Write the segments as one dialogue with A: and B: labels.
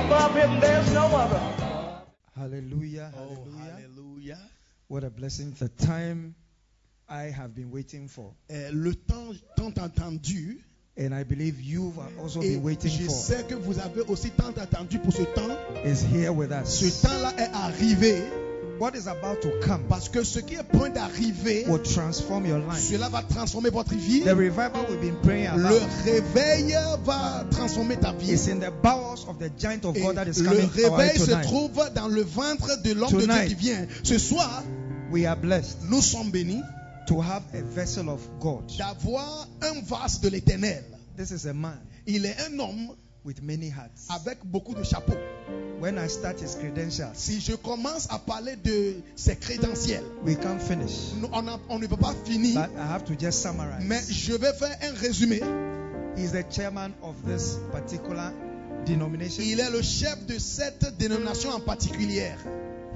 A: Above him there's no other.
B: Hallelujah.
C: Oh,
B: hallelujah.
C: hallelujah.
B: What a blessing. The time I have been waiting for.
C: Euh, le temps tant attendu,
B: And I believe you have also
C: et
B: been waiting
C: je
B: for.
C: sais que vous avez aussi tant attendu pour ce temps.
B: Is here with us.
C: Ce temps-là est arrivé
B: What is about to come
C: parce que ce qui est point d'arriver,
B: will transform your life.
C: cela va transformer votre vie.
B: The revival we've been praying about
C: Le réveil va transformer ta
B: is
C: vie.
B: in the bowels of the giant of
C: Et
B: God that is
C: le
B: coming our way
C: réveil Eh, se
B: tonight.
C: trouve dans le ventre de l'homme de Dieu
B: Tonight.
C: qui vient. Ce soir,
B: We are blessed
C: nous sommes bénis
B: to have a vessel of God.
C: d'avoir un vase de l'éternel.
B: This is a man
C: Il est un homme
B: with many hats.
C: avec beaucoup de chapeaux.
B: When I start his credentials,
C: Si je commence à parler de ses crédentiels,
B: we can't finish.
C: nous- on, a- on ne peut pas finir,
B: But I have to just
C: mais
B: summarize.
C: je vais faire un résumé.
B: He's the chairman of this particular denomination.
C: Il est le chef de cette dénomination en particulier.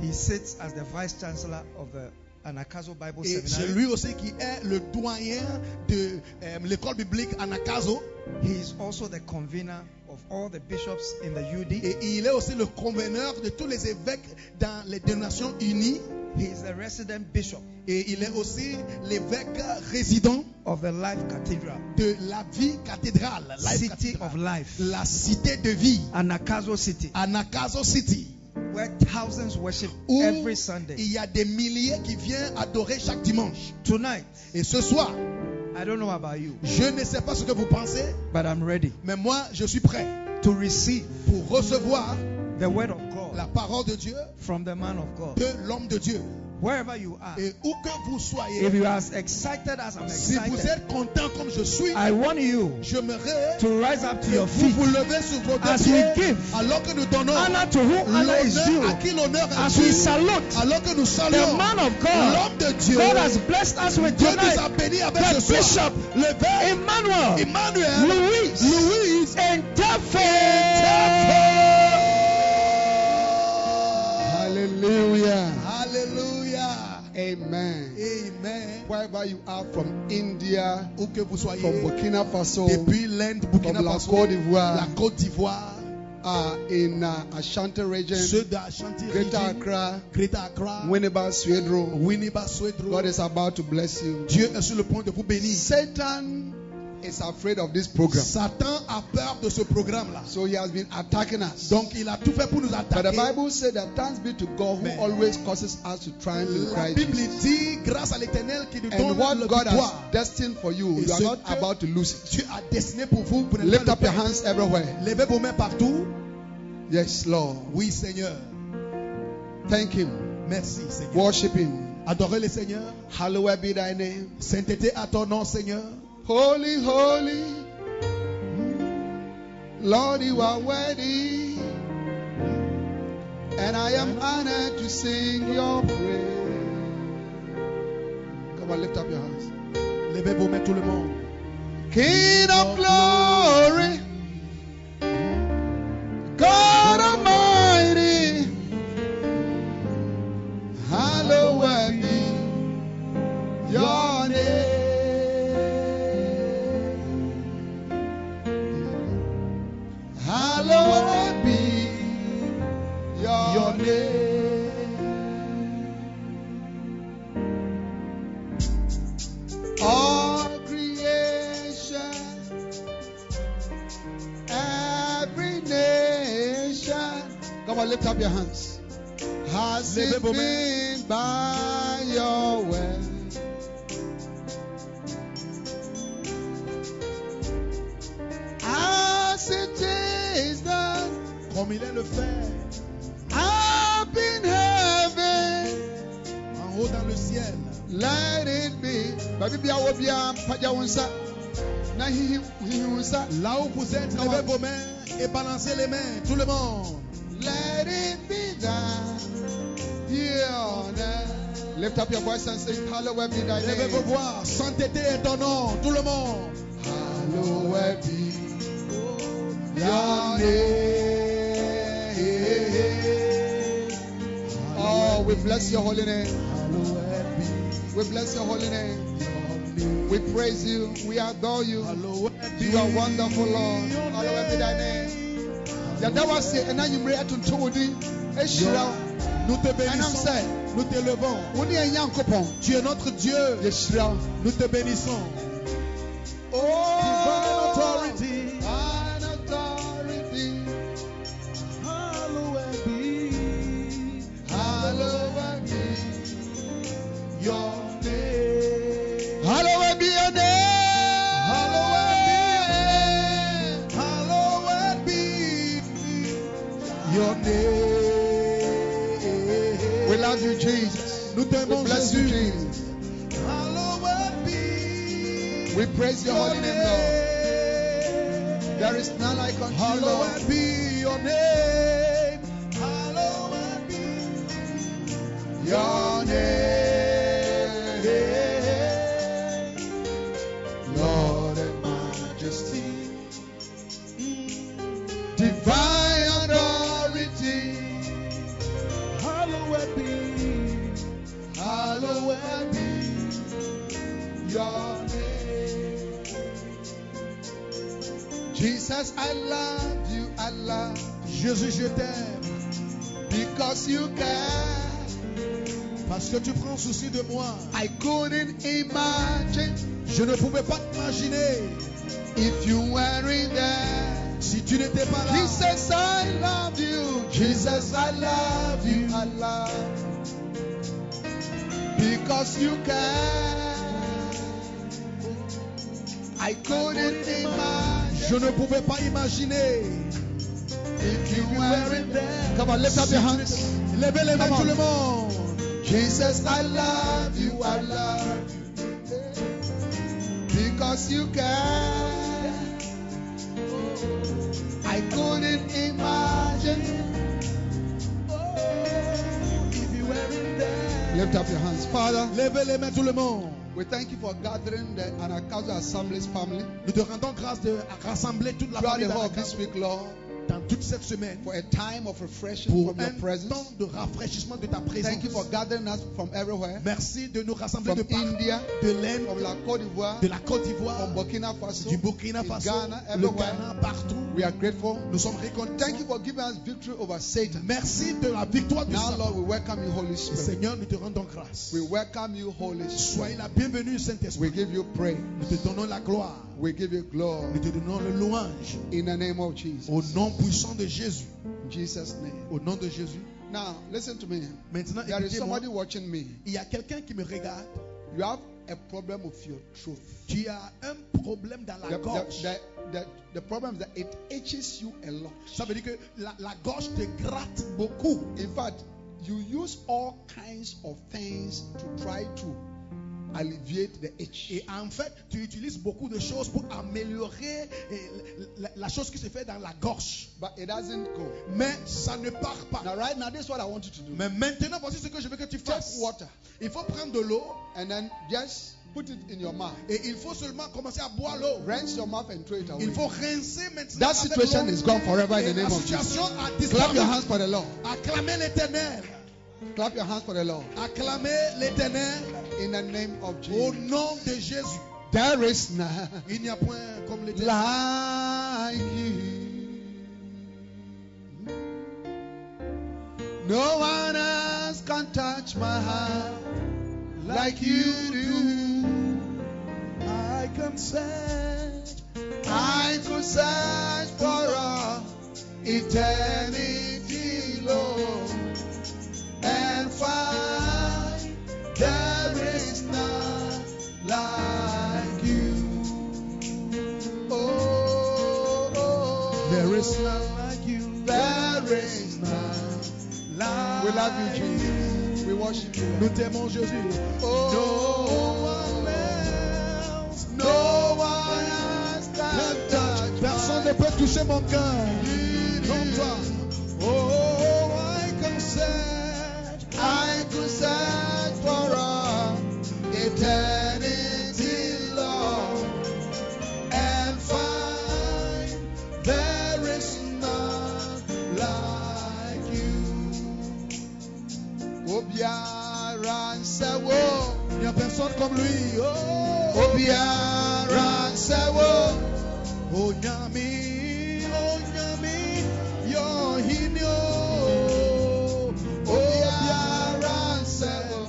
B: He sits as the vice chancellor of the Anakazo Bible
C: Et c'est
B: Seminary.
C: lui aussi qui est le doyen de euh, l'école biblique Anakazo.
B: He is also the convener of all the bishops in the UD.
C: Et il est aussi le conveneur de tous les évêques dans les dénominations unies.
B: He is the resident bishop
C: Et il est aussi l'évêque résident
B: of the Life Cathedral,
C: de la vie cathédrale, Life
B: City
C: Cathedral.
B: of Life,
C: la Ah. cité de vie,
B: Anakazo City,
C: Anakazo City.
B: where thousands worship
C: où
B: every Sunday.
C: il y a des milliers qui viennent adorer chaque dimanche.
B: Tonight,
C: Et ce soir,
B: I don't know about you,
C: je ne sais pas ce que vous pensez,
B: but I'm ready
C: mais moi, je suis prêt
B: to receive
C: pour recevoir
B: the word of
C: la
B: God
C: parole de Dieu,
B: from the man of God.
C: de l'homme de Dieu.
B: Wherever you are,
C: Et où que vous soyez,
B: if you are as excited as I'm
C: Eh. si vous
B: excited,
C: êtes content comme je suis,
B: I want you
C: j'aimerais
B: to rise up to
C: que
B: your
C: vous
B: feet.
C: vous levez sur vos deux
B: As we
C: pieds
B: give
C: alors que nous donnons
B: Honor to whom honor is
C: l'honneur à
B: due.
C: qui l'honneur
B: As
C: est
B: we
C: dû,
B: salute
C: alors que nous
B: the
C: saluons
B: man of
C: l'homme
B: God,
C: de Dieu.
B: God has blessed us with
C: Dieu nous a
B: tonight.
C: bénis avec
B: The
C: ce soir.
B: Bishop Emmanuel
C: Emmanuel,
B: Louis
C: Louis
B: Interfaith.
D: Hallelujah.
C: Hallelujah.
D: Amen.
C: Amen.
D: Wherever you are from India,
C: Où que vous soyez,
D: from Burkina Faso,
C: depuis l'Inde, Burkina
D: from la
C: Faso,
D: Côte
C: la
D: d'Ivoire,
C: Côte d'Ivoire,
D: uh, in uh, Ashanti
C: ceux
D: region,
C: d'Ashanti,
D: Greater Accra,
C: Greta Accra,
D: Winneba, Swedro,
C: Winneba, Swedro.
D: God is about to bless you.
C: Dieu est sur le point de vous bénir.
D: Satan is afraid of this program,
C: Satan a peur de ce programme-là.
D: so he has been attacking us.
C: Donc il a tout fait pour nous
D: But the
C: attaquer.
D: Bible said that thanks be to God who
C: Amen.
D: always causes us to triumph in
C: la
D: Christ
C: Bible
D: Jesus.
C: dit, grâce à l'Éternel qui nous
D: And
C: donne
D: what
C: la
D: God has
C: victoire,
D: destined for you,
C: Et
D: you are
C: ce
D: not
C: que-
D: about to lose
C: Dieu a destiné pour vous. vous
D: it.
C: n'allez
D: Lift
C: pas
D: up
C: le
D: your
C: perdre.
D: hands everywhere.
C: Levez vos mains partout.
D: Yes, Lord.
C: Oui, Seigneur.
D: Thank Him.
C: Merci, Seigneur.
D: Worship Him.
C: Adorez le Seigneur.
D: Hallowed be Thy name.
C: Sainteté à ton nom, Seigneur.
D: Holy, holy. Lord, you are worthy. And I am honored to sing your praise. Come on, lift up your hands.
C: Levez vos mains, tout le monde.
D: King of glory. God Almighty. Hallowed be your name. Hallowed be your name. All creation, every nation. Come on, lift up your hands.
C: Has
E: Levez
C: it
E: vos mains.
C: been by your way? As it is done,
E: Comme il est le Père,
C: up in heaven,
E: en haut dans le ciel.
C: let it be. Baby, be our be our paja unsa. Na hihi hihi unsa.
E: Là où vous êtes,
C: Come
E: levez
C: on.
E: vos mains et balancez les mains, tout le monde.
C: Let it be done here on earth. Lift up your voice and say, Hallowed be thy
E: Levez vos
C: name.
E: voix, sainteté est ton nom, tout le monde.
C: Hallowed be your name. Oh, we bless your holy name.
E: Hallowed be
C: We bless your holy name.
E: your name.
C: We praise you. We adore you.
E: Hallowed be
C: You are wonderful, Lord.
E: your
C: Hallowed be thy name. Yada wasi ena nyimre atuntu wudi ehyira wo.
E: Nous te
C: Anam
E: bénissons,
C: sɛ,
E: nous t'élevons.
C: Wuni enyankopɔn
E: Tu es notre Dieu,
C: yehyira wo.
E: nous te bénissons.
C: Oh,
E: Divine authority,
C: thine authority,
E: hallowed
C: hallowed be.
E: be your name.
C: Hallowed be your name. Hallowed be.
E: Hallowed be your name.
C: We love you, Jesus.
E: Nous
C: We
E: t'aimons,
C: bless you,
E: Jésus.
C: Jesus.
E: Hallowed be
C: We praise your holy name, Lord.
E: name.
C: There is none like unto you, Lord.
E: Hallowed be your name. Hallowed be
C: Your name, Lord and Majesty, divine authority,
E: Hallowed be
C: hallowed be your name. Jesus, I love you, I love
E: Jésus, je t'aime
C: you because you care.
E: parce que tu prends souci de moi.
C: I couldn't imagine
E: Je ne pouvais pas t'imaginer
C: if you weren't there.
E: si tu n'étais pas là.
C: Jesus, I love you. Jesus, I love you. I love because you care. I couldn't
E: Je
C: imagine
E: ne pouvais pas imaginer.
C: if you weren't there. Come
E: Come
C: on, lift up your hands.
E: Levez les mains
C: Come on.
E: tout le monde.
C: Jesus, I love you. I love you because you care. I couldn't imagine.
E: If you were in there.
C: Lift up your hands, Father.
E: Levez les mains tout le monde.
C: We thank you for gathering the Anakazu Assembly's family
E: Nous te rendons grâce de rassembler toute la
C: throughout
E: famille
C: the whole
E: dans,
C: of this week, Lord,
E: dans toute cette semaine
C: for a time of refreshing
E: pour
C: from your
E: un temps
C: presence.
E: de rafraîchissement de ta présence.
C: Thank you for gathering us from everywhere,
E: Merci de nous rassembler
C: from
E: de partout,
C: India,
E: de l'Inde,
C: from La Côte
E: de
C: d'Ivoire,
E: la Côte d'Ivoire,
C: from Burkina
E: du
C: Faso.
E: Burkina
C: in
E: Faso,
C: Ghana,
E: le
C: everywhere.
E: Ghana, partout.
C: We are grateful.
E: Nous sommes récontents.
C: Thank you for giving us victory over Satan.
E: Merci de la victoire du
C: Now,
E: Seigneur.
C: Lord, we welcome you, Holy Spirit.
E: Seigneur, nous te rendons grâce.
C: We welcome you, Holy
E: Soyez
C: Spirit.
E: la bienvenue,
C: We
E: Saint-Esprit.
C: give you
E: Nous
C: praise.
E: te donnons la gloire.
C: We give you
E: Nous
C: glory
E: te donnons le louange.
C: in the name of Jesus.
E: Au nom puissant de Jésus.
C: In Jesus' name.
E: Au nom de Jésus.
C: Now, listen to me.
E: Maintenant,
C: There is
E: écoutez-moi.
C: somebody watching me.
E: Il y a quelqu'un qui me regarde.
C: You have a problem with your truth.
E: Tu as un problème dans
C: The,
E: la
C: the-
E: gorge.
C: the- the- the problem is that it itches you a lot.
E: Ça veut dire que la, la gorge te gratte beaucoup.
C: In fact, you use all kinds of things to try to alleviate the itch.
E: Et en fait, tu utilises beaucoup de choses pour améliorer eh, la, la chose qui se fait dans la gorge.
C: But it doesn't go.
E: Mais ça ne part pas.
C: Now, right now, this is what I want you to do.
E: Mais maintenant, voici ce que je veux que tu
C: Take
E: fasses.
C: water
E: Il faut prendre de l'eau
C: and then just put it in your mouth.
E: et il faut seulement commencer à boire l'eau.
C: Rinse your mouth and throw it away.
E: Il faut rincer maintenant.
C: That
E: avec
C: situation
E: l'eau.
C: is gone forever in
E: Et
C: the
E: la
C: name of Jesus.
E: situation a
C: Clap
E: disparu.
C: your hands for the Lord.
E: Acclamez l'éternel.
C: Clap your hands for the Lord.
E: Acclamez l'éternel
C: In the name of
E: au
C: Jesus.
E: Oh, nom de Jésus.
C: There is none.
E: Il n'y a point comme l'éternel.
C: like you. No one else can touch my heart like you do.
E: I can stand.
C: I could search for all eternity, Lord, and is none like you. There is none. We love you, Jesus. We worship you.
E: Nous t'aimons Jésus.
C: Oh, no one has that touch.
E: Personne ne peut toucher mon cœur. Comme toi.
C: Oh, I can search, I could search for all eternity long and find there is none like you. Obiara nsewo,
E: Il n'y a personne comme lui. Oh,
C: obiara nsewo,
E: oh Nyami, oh Nyami, you're in your.
C: oh. obiara nsewo,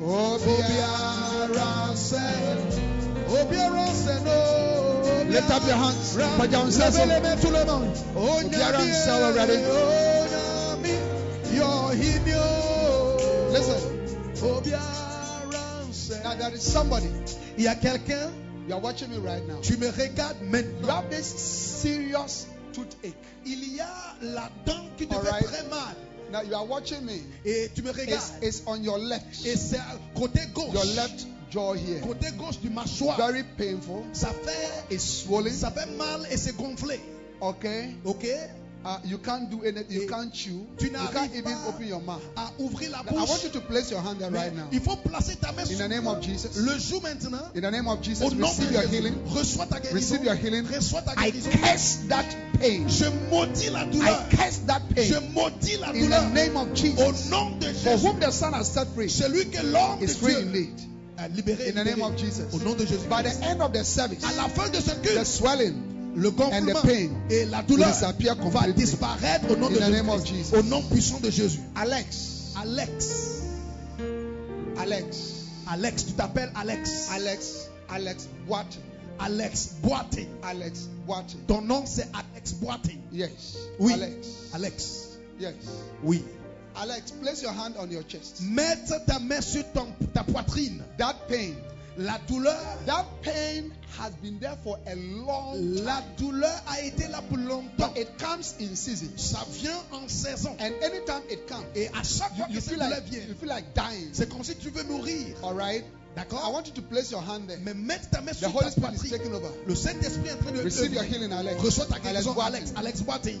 C: obiara nsewo.
E: Obiara Seno.
C: Lift up your hands. Put your hands
E: Levez les
C: up.
E: mains tout le monde. Oh,
C: Obiara
E: Nyami,
C: Seno, ready?
E: Oh, Nyami, you're in your.
C: oh. Listen.
E: Obiara Seno.
C: Now there is somebody.
E: Il y a quelqu'un,
C: You are watching me right now.
E: tu me regardes
C: You
E: maintenant.
C: have this serious toothache.
E: Il y a la dent qui te
C: All
E: fait
C: right.
E: très mal.
C: Now you are watching me.
E: Et tu me regardes.
C: It's, it's on your left.
E: et c'est à côté gauche.
C: Your left jaw here.
E: Côté gauche du mâchoire.
C: Very painful.
E: Ça fait,
C: It's swollen.
E: ça fait mal et c'est gonflé.
C: Okay.
E: Ok?
C: Uh, you can't do anything. You can't chew.
E: Tu
C: You
E: n'arrives
C: can't even
E: pas
C: open your mouth.
E: à ouvrir la
C: Now, I want
E: bouche.
C: you to place your hand there
E: Mais
C: right now.
E: Il faut placer ta main
C: In
E: sur
C: the name of Jesus.
E: le jour maintenant.
C: In the name of
E: Au
C: Jesus,
E: nom de
C: receive your
E: Jésus.
C: healing.
E: Reçois ta guérison.
C: Receive your healing.
E: Reçois ta
C: Oh, I
E: guérison.
C: curse that pain.
E: Je maudis la douleur.
C: I curse that pain. Oh,
E: Je maudis la
C: In
E: douleur.
C: the name of
E: Au
C: Jesus.
E: nom de
C: For
E: Jésus.
C: whom the Son has set free
E: Celui que l'homme de
C: is free
E: Dieu
C: indeed.
E: a libéré.
C: In the
E: libéré.
C: name of Jesus.
E: Au nom de Jésus.
C: By the end of the service,
E: À la fin de ce
C: the
E: culte,
C: swelling
E: le
C: and
E: gonflement
C: the pain
E: et la
C: will
E: douleur
C: disappear
E: va
C: completely.
E: disparaître au nom
C: In
E: de
C: the name of
E: Jésus.
C: Jesus.
E: Au nom puissant de Jésus.
C: Alex,
E: Alex.
C: Alex,
E: Alex, tu t'appelles Alex.
C: Alex, Alex Boating,
E: Alex Boite.
C: Alex Boating.
E: Ton nom c'est Alex Boite.
C: Yes.
E: Oui.
C: Alex.
E: Alex.
C: Yes.
E: Oui.
C: Alex, place your hand on your chest.
E: Mettre ta main sur ton- ta poitrine.
C: That pain,
E: La douleur,
C: that pain has been there for a long time,
E: la douleur a été là pour longtemps.
C: but it comes in seasons.
E: Ça vient en saison.
C: And anytime it comes,
E: Et à chaque
C: you,
E: fois
C: you
E: que cette
C: feel
E: douleur
C: like
E: vient,
C: you feel like dying.
E: c'est comme si tu veux mourir.
C: All right. I
E: D'accord
C: want you to place your hand there.
E: Mais mettre ta main
C: The
E: sur
C: Holy
E: ta
C: Spirit is
E: poitrine.
C: taking over.
E: Le Saint-Esprit est en train de
C: Receive your
E: œuvrer.
C: healing, Alex.
E: Reçois ta
C: Alex,
E: guérison,
C: Boating.
E: Alex. Alex Boating.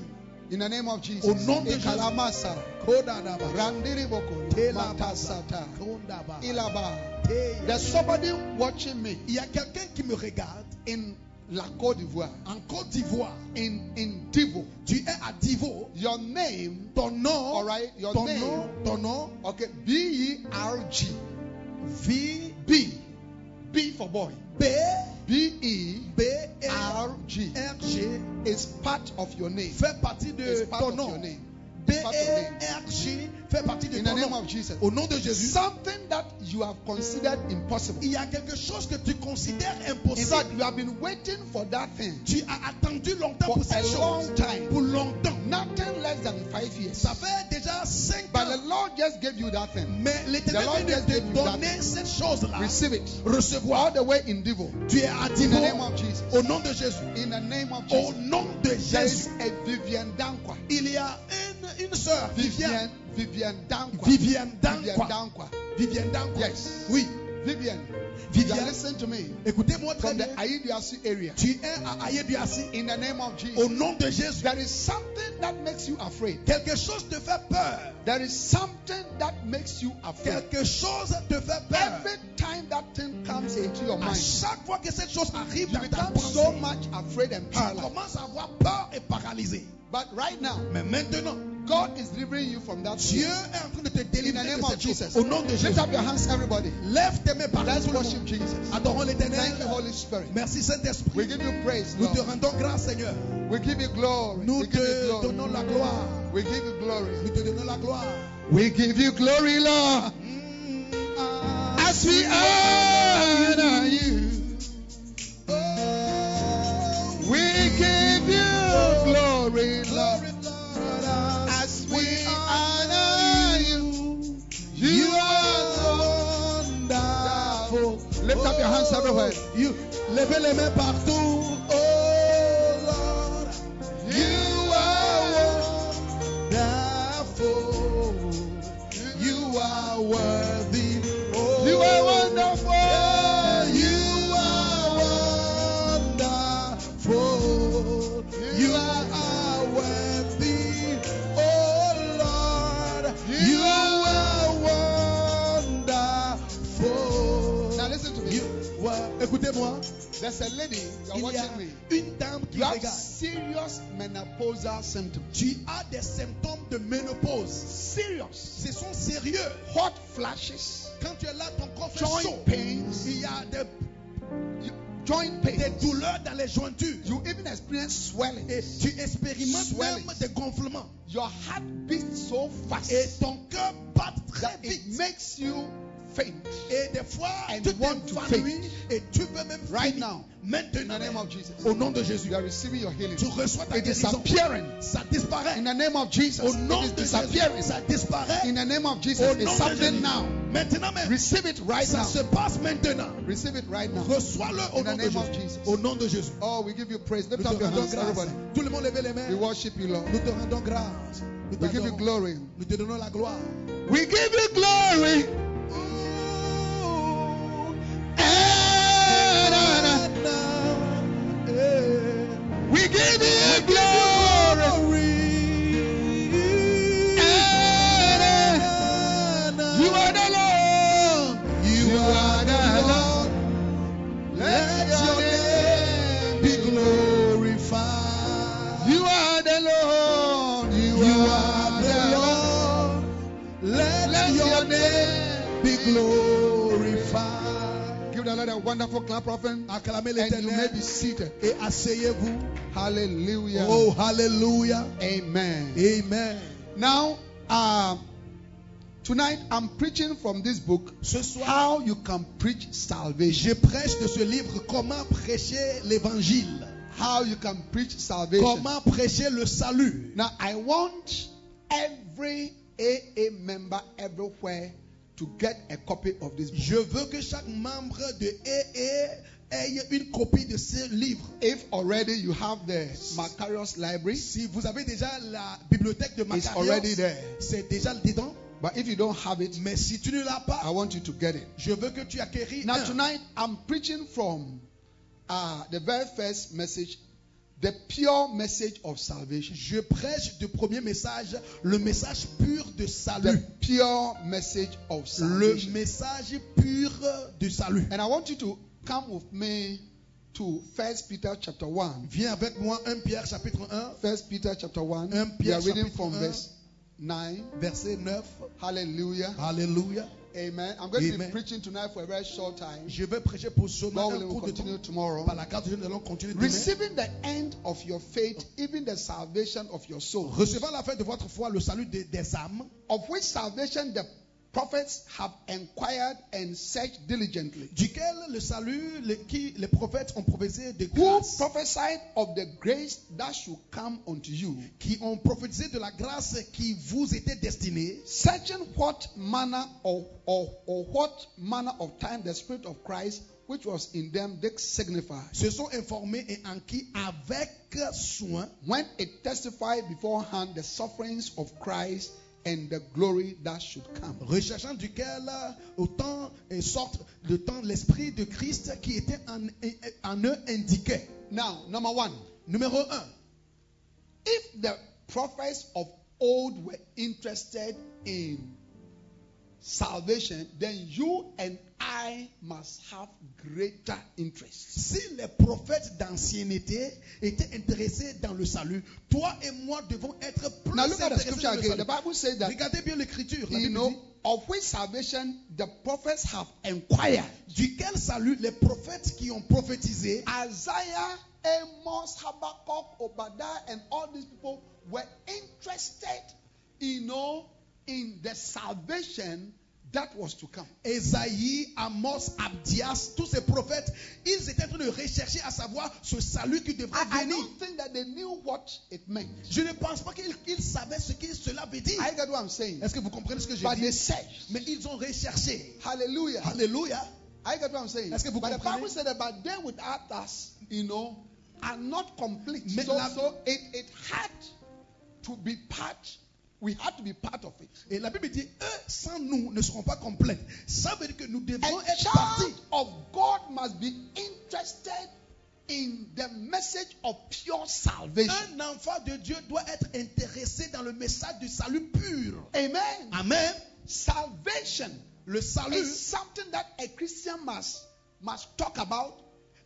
C: In the name of Jesus.
E: Au nom de Jésus.
C: Ekalamasa,
E: Kodadaba.
C: Randiriboko,
E: Telabasa.
C: Matasata,
E: Kondaba.
C: Ilaba.
E: Teya.
C: There's somebody watching me
E: Il y a quelqu'un qui me regarde
C: in La Côte d'Ivoire,
E: en Côte d'Ivoire.
C: in, in Divo.
E: Tu es à Divo.
C: Your name,
E: Ton nom,
C: all right, your
E: ton
C: name,
E: nom, ton nom,
C: okay, B E R G.
E: V,
C: B. B for boy.
E: B,
C: B E
E: B, R,
C: R G
E: R, G,
C: is part of your name.
E: fait partie de
C: It's part
E: ton
C: of
E: nom.
C: your name.
E: B, E
C: It's part of your name.
E: R, G, fait partie de
C: In the
E: ton
C: name
E: nom.
C: of Jesus.
E: Au nom de Jésus,
C: Something that you have considered impossible.
E: il y a quelque chose que tu considères
C: In fact,
E: impossible.
C: you have been waiting for that thing.
E: Tu as attendu longtemps
C: For
E: pour
C: a
E: cette chose.
C: long time.
E: Pour longtemps.
C: Nothing less than five years.
E: Ça fait déjà 5
C: But the
E: ans.
C: Lord just gave you that thing.
E: Mais l'éternel
C: The Lord
E: vient de
C: just
E: te
C: gave you that.
E: donner cette chose-là.
C: Receive it. All
E: Recevoir.
C: the way in Devo.
E: Tu es à
C: In the
E: Divo.
C: name of Jesus.
E: Au nom de Jésus.
C: In the name of Jesus.
E: Au nom de
C: There is
E: Jésus.
C: a Vivian Dankwa.
E: Il y a une, une sœur,
C: Vivian,
E: Vivienne.
C: Vivian Dankwa.
E: Vivienne
C: Vivian
E: Dankwa.
C: Dankwa.
E: Vivienne Dankwa.
C: Yes.
E: Oui.
C: Vivian.
E: Vivian.
C: you are listening to me.
E: Écoutez-moi très
C: From the
E: bien.
C: Aidiasi area.
E: Tu es à Ayébiassi.
C: In the name of
E: Au
C: Jesus.
E: nom de Jésus.
C: There is something that makes you afraid.
E: Quelque chose te fait peur.
C: There is something that makes you afraid.
E: Quelque chose te fait peur.
C: Every time that thing comes into your
E: À
C: mind,
E: chaque fois que cette chose arrive
C: you
E: dans ta
C: become
E: pensée,
C: so much afraid and
E: tu
C: paralyzed.
E: commences à avoir peur et paralysé.
C: But right now,
E: Mais maintenant,
C: God is delivering you from that.
E: Dieu est en train de te
C: In the
E: délivrer
C: name
E: de
C: of
E: cette chose.
C: Jesus.
E: Au nom de
C: Lift
E: Jésus.
C: up your hands, everybody.
E: Lève tes mains par
C: Let's
E: tout le
C: worship
E: monde.
C: Jesus.
E: Adorons l'éternel.
C: Thank you, Holy Spirit.
E: Merci
C: We
E: Saint-Esprit.
C: give you praise,
E: Nous te
C: Lord.
E: rendons grâce, Seigneur.
C: We give you glory.
E: Nous
C: We give you
E: te
C: glory.
E: donnons la gloire.
C: We give you
E: Nous
C: glory.
E: te donnons la gloire.
C: We give you glory, Lord.
E: Mm-hmm.
C: As we honor you, Oh, we give you glory, Lord. As we honor you, you are wonderful. Lift up your hands everywhere.
E: You- Levez les mains partout. Oh, Lord.
C: wonderful. You are worthy. You are wonderful. You are wonderful. You are worthy. Oh Lord. You are wonderful.
E: Now listen to me.
C: Wo-
E: Écoutez-moi.
C: There's a lady you are
E: Il y a
C: watching me.
E: une dame qui
C: You have
E: regarde.
C: serious menopausal symptoms.
E: Tu as des symptômes de ménopause. Serious. Ce sont sérieux.
C: Hot flashes,
E: Quand tu es là, ton corps fait chaud.
C: joint pains,
E: Il y a des,
C: joint
E: des
C: pains.
E: douleurs dans les jointures.
C: You even experience swelling.
E: Et tu expérimentes
C: Swelling.
E: même des gonflements.
C: Your heart beats so fast
E: Et ton cœur bat très
C: that it
E: vite.
C: makes you faint.
E: Et des fois,
C: And
E: tu
C: want to
E: t'évanouis et tu veux même
C: Right
E: finir.
C: now, in
E: Maintenant,
C: the name of Jesus.
E: au nom de Jésus,
C: You are receiving your healing.
E: tu reçois ta
C: It is
E: guérison.
C: appearing.
E: Ça disparaît.
C: In the name of
E: Au
C: Jesus,
E: nom
C: it is
E: de Jésus,
C: disappearing.
E: ça disparaît.
C: In the name of
E: Au
C: Jesus,
E: nom de
C: it's happening
E: Jésus.
C: now.
E: Maintenant même.
C: Receive it right
E: ça se
C: now.
E: passe maintenant.
C: Receive it right now.
E: Reçois-le au
C: In the
E: nom de
C: name of
E: Jésus.
C: Jesus.
E: Au nom de Jésus.
C: Oh, we give you praise.
E: Nous
C: Lift
E: te
C: up your
E: rendons
C: hands,
E: grâce.
C: everybody.
E: Tout le monde levez les
C: We
E: mains.
C: worship you, Lord.
E: Nous te rendons grâce. Nous
C: We give you
E: t'adorons.
C: glory.
E: Nous te donnons la gloire.
C: We give you glory. Oh, eh, We give you glory. You are the Lord. You are the Lord. Let your name be glorified. You are the Lord. You are the Lord. Let, your name be glorified. Give the Lord a wonderful clap offering. And
E: Acclamez
C: you may be
E: l'éternel
C: seated.
E: et asseyez-vous.
C: Hallelujah.
E: Oh, hallelujah.
C: Amen.
E: Amen.
C: Now, um, tonight I'm preaching from this book
E: Ce soir,
C: how you can preach salvation.
E: je prêche de ce livre comment prêcher l'évangile.
C: How you can preach salvation.
E: Comment prêcher le salut.
C: Now, I want every AA member everywhere to get a copy of this book.
E: Je veux que chaque membre de EE ait une copie de ce livre.
C: If already you have the Macarius Library,
E: Si vous avez déjà la bibliothèque de
C: it's already there.
E: Macarius, c'est déjà dedans.
C: But if you don't have it,
E: Mais si tu ne l'as
C: I
E: pas,
C: want you to get it.
E: je veux que tu acquéris
C: Now,
E: un.
C: tonight I'm preaching from uh, the very first message, the pure message of salvation.
E: Je prêche du premier message, le message pur de salut.
C: The pure message of
E: Le
C: salvation.
E: message pur du salut.
C: And I want you to come with me to First Peter chapter 1.
E: Viens avec moi, 1 Pierre chapitre 1,
C: First Peter chapter 1.
E: Un
C: We
E: Pierre
C: are reading
E: chapitre
C: from
E: un.
C: verse 9.
E: verset 9.
C: Hallelujah.
E: Alléluia.
C: Amen. I'm going to
E: Amen.
C: be preaching tonight for a very short time.
E: Je vais prêcher pour seulement
C: Lord
E: un
C: willing, we'll
E: cours de temps.
C: continue tomorrow.
E: Par la grâce de Dieu, nous allons continuer demain.
C: Receiving the end of your faith, even the salvation of your soul.
E: Recevant la fin de votre foi, le salut des, des âmes,
C: of which salvation the prophets have inquired and searched diligently.
E: duquel le salut, les, qui les prophètes ont prophétisé de
C: Who
E: grâce,
C: prophesied of the grace that should come unto you,
E: qui ont prophétisé de la grâce qui vous était destinée,
C: searching what manner or, or, or what manner of time the Spirit of Christ, which was in them, did signify,
E: se sont informés et enquis avec soin
C: when it testified beforehand the sufferings of Christ and the glory that should come.
E: recherchant duquel autant et sorte de temps l'esprit de Christ qui était en, en eux indiquait.
C: Now, number one,
E: Numéro 1.
C: if the prophets of old were interested in salvation, then you and I must have greater interest.
E: Si les prophètes d'ancienneté étaient intéressés dans le salut, toi et moi devons être plus
C: Now look at the
E: intéressés
C: scripture
E: dans le
C: again.
E: salut.
C: The Bible says that
E: Regardez bien l'écriture. la
C: you
E: Bible
C: know
E: dit,
C: of which salvation the prophets have inquired.
E: duquel salut les prophètes qui ont prophétisé,
C: Isaiah, Amos, Habakkuk, Obadiah, and all these people were interested, you know, in the salvation that was to come.
E: Esaïe, Amos, Abdias, tous ces prophètes, ils étaient en train de rechercher à savoir ce salut qui devrait
C: I, I
E: venir.
C: don't think that they knew what it meant.
E: Je ne pense pas qu'ils qu'ils savaient ce que cela veut dire.
C: I get what I'm saying.
E: Est-ce que vous comprenez ce que je
C: But they
E: dis?
C: searched.
E: Mais ils ont recherché.
C: Hallelujah.
E: Alléluia.
C: I get what I'm saying.
E: Est-ce que vous
C: But the
E: comprenez?
C: Bible said that but they without us, you know, are not complete.
E: Mais
C: so
E: la-
C: so it, it had to be part We had to be part of it.
E: Et Eh, la Bible dit, eux sans nous ne seront pas complètes. Ça veut dire que nous devons
C: A
E: être partis.
C: child of God must be interested in the message of pure salvation.
E: Un enfant de Dieu doit être intéressé dans le message du salut pur.
C: Amen.
E: Amen.
C: Salvation
E: Le salut
C: is something that a Christian must must talk about,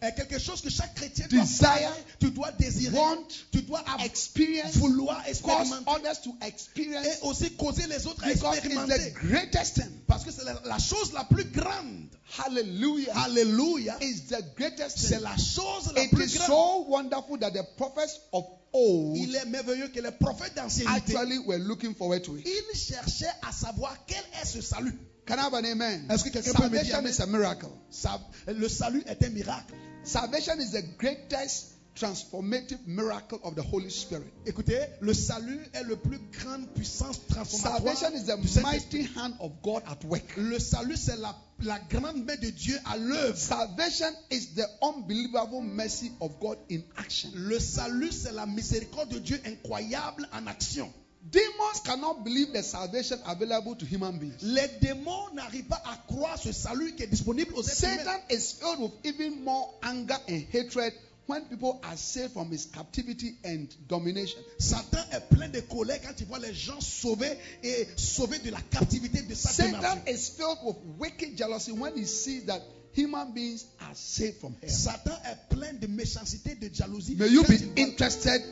E: est Eh, quelque chose que chaque chrétien
C: Desire,
E: doit parler, tu dois désirer,
C: want,
E: tu dois av-
C: experience,
E: vouloir
C: cause
E: expérimenter
C: others to
E: et
C: experience
E: aussi causer les autres à
C: because it's
E: expérimenter.
C: the greatest thing.
E: Parce que c'est la, la chose la plus grande.
C: Hallelujah.
E: Alléluia.
C: Is the greatest
E: C'est
C: thing.
E: la chose la
C: It
E: plus
C: is
E: grande.
C: so wonderful that the prophets of old
E: Il est merveilleux que les prophètes d'ancienneté,
C: actually were looking forward to it.
E: ils cherchaient à savoir quel est ce salut.
C: Can I have an amen?
E: Est-ce que quelqu'un peut me dire
C: Salvation
E: amen?
C: is a miracle.
E: Ça- le salut est un miracle.
C: Salvation is the greatest transformative miracle of the Holy Spirit.
E: Écoutez, le salut est le plus grande puissance transformatoire.
C: Salvation is
E: du
C: the
E: Saint-Esprit.
C: mighty hand of God at work.
E: Le salut, c'est la, la grande main de Dieu à l'œuvre.
C: Salvation is the unbelievable mercy of God in action.
E: Le salut, c'est la miséricorde de Dieu incroyable en action.
C: Demons cannot believe the salvation available to human beings.
E: Les démons n'arrivent pas à croire ce salut qui est disponible aux êtres humains.
C: Satan is filled with even more anger and hatred when people are saved from his captivity and domination.
E: Satan est plein de colère quand il voit les gens sauvés et sauvés de la captivité de Satan.
C: Satan is filled with wicked jealousy when he sees that human beings are saved from hell.
E: Satan est plein de méchanceté, de jalousie.
C: May you
E: Quand
C: be
E: il voit-
C: interested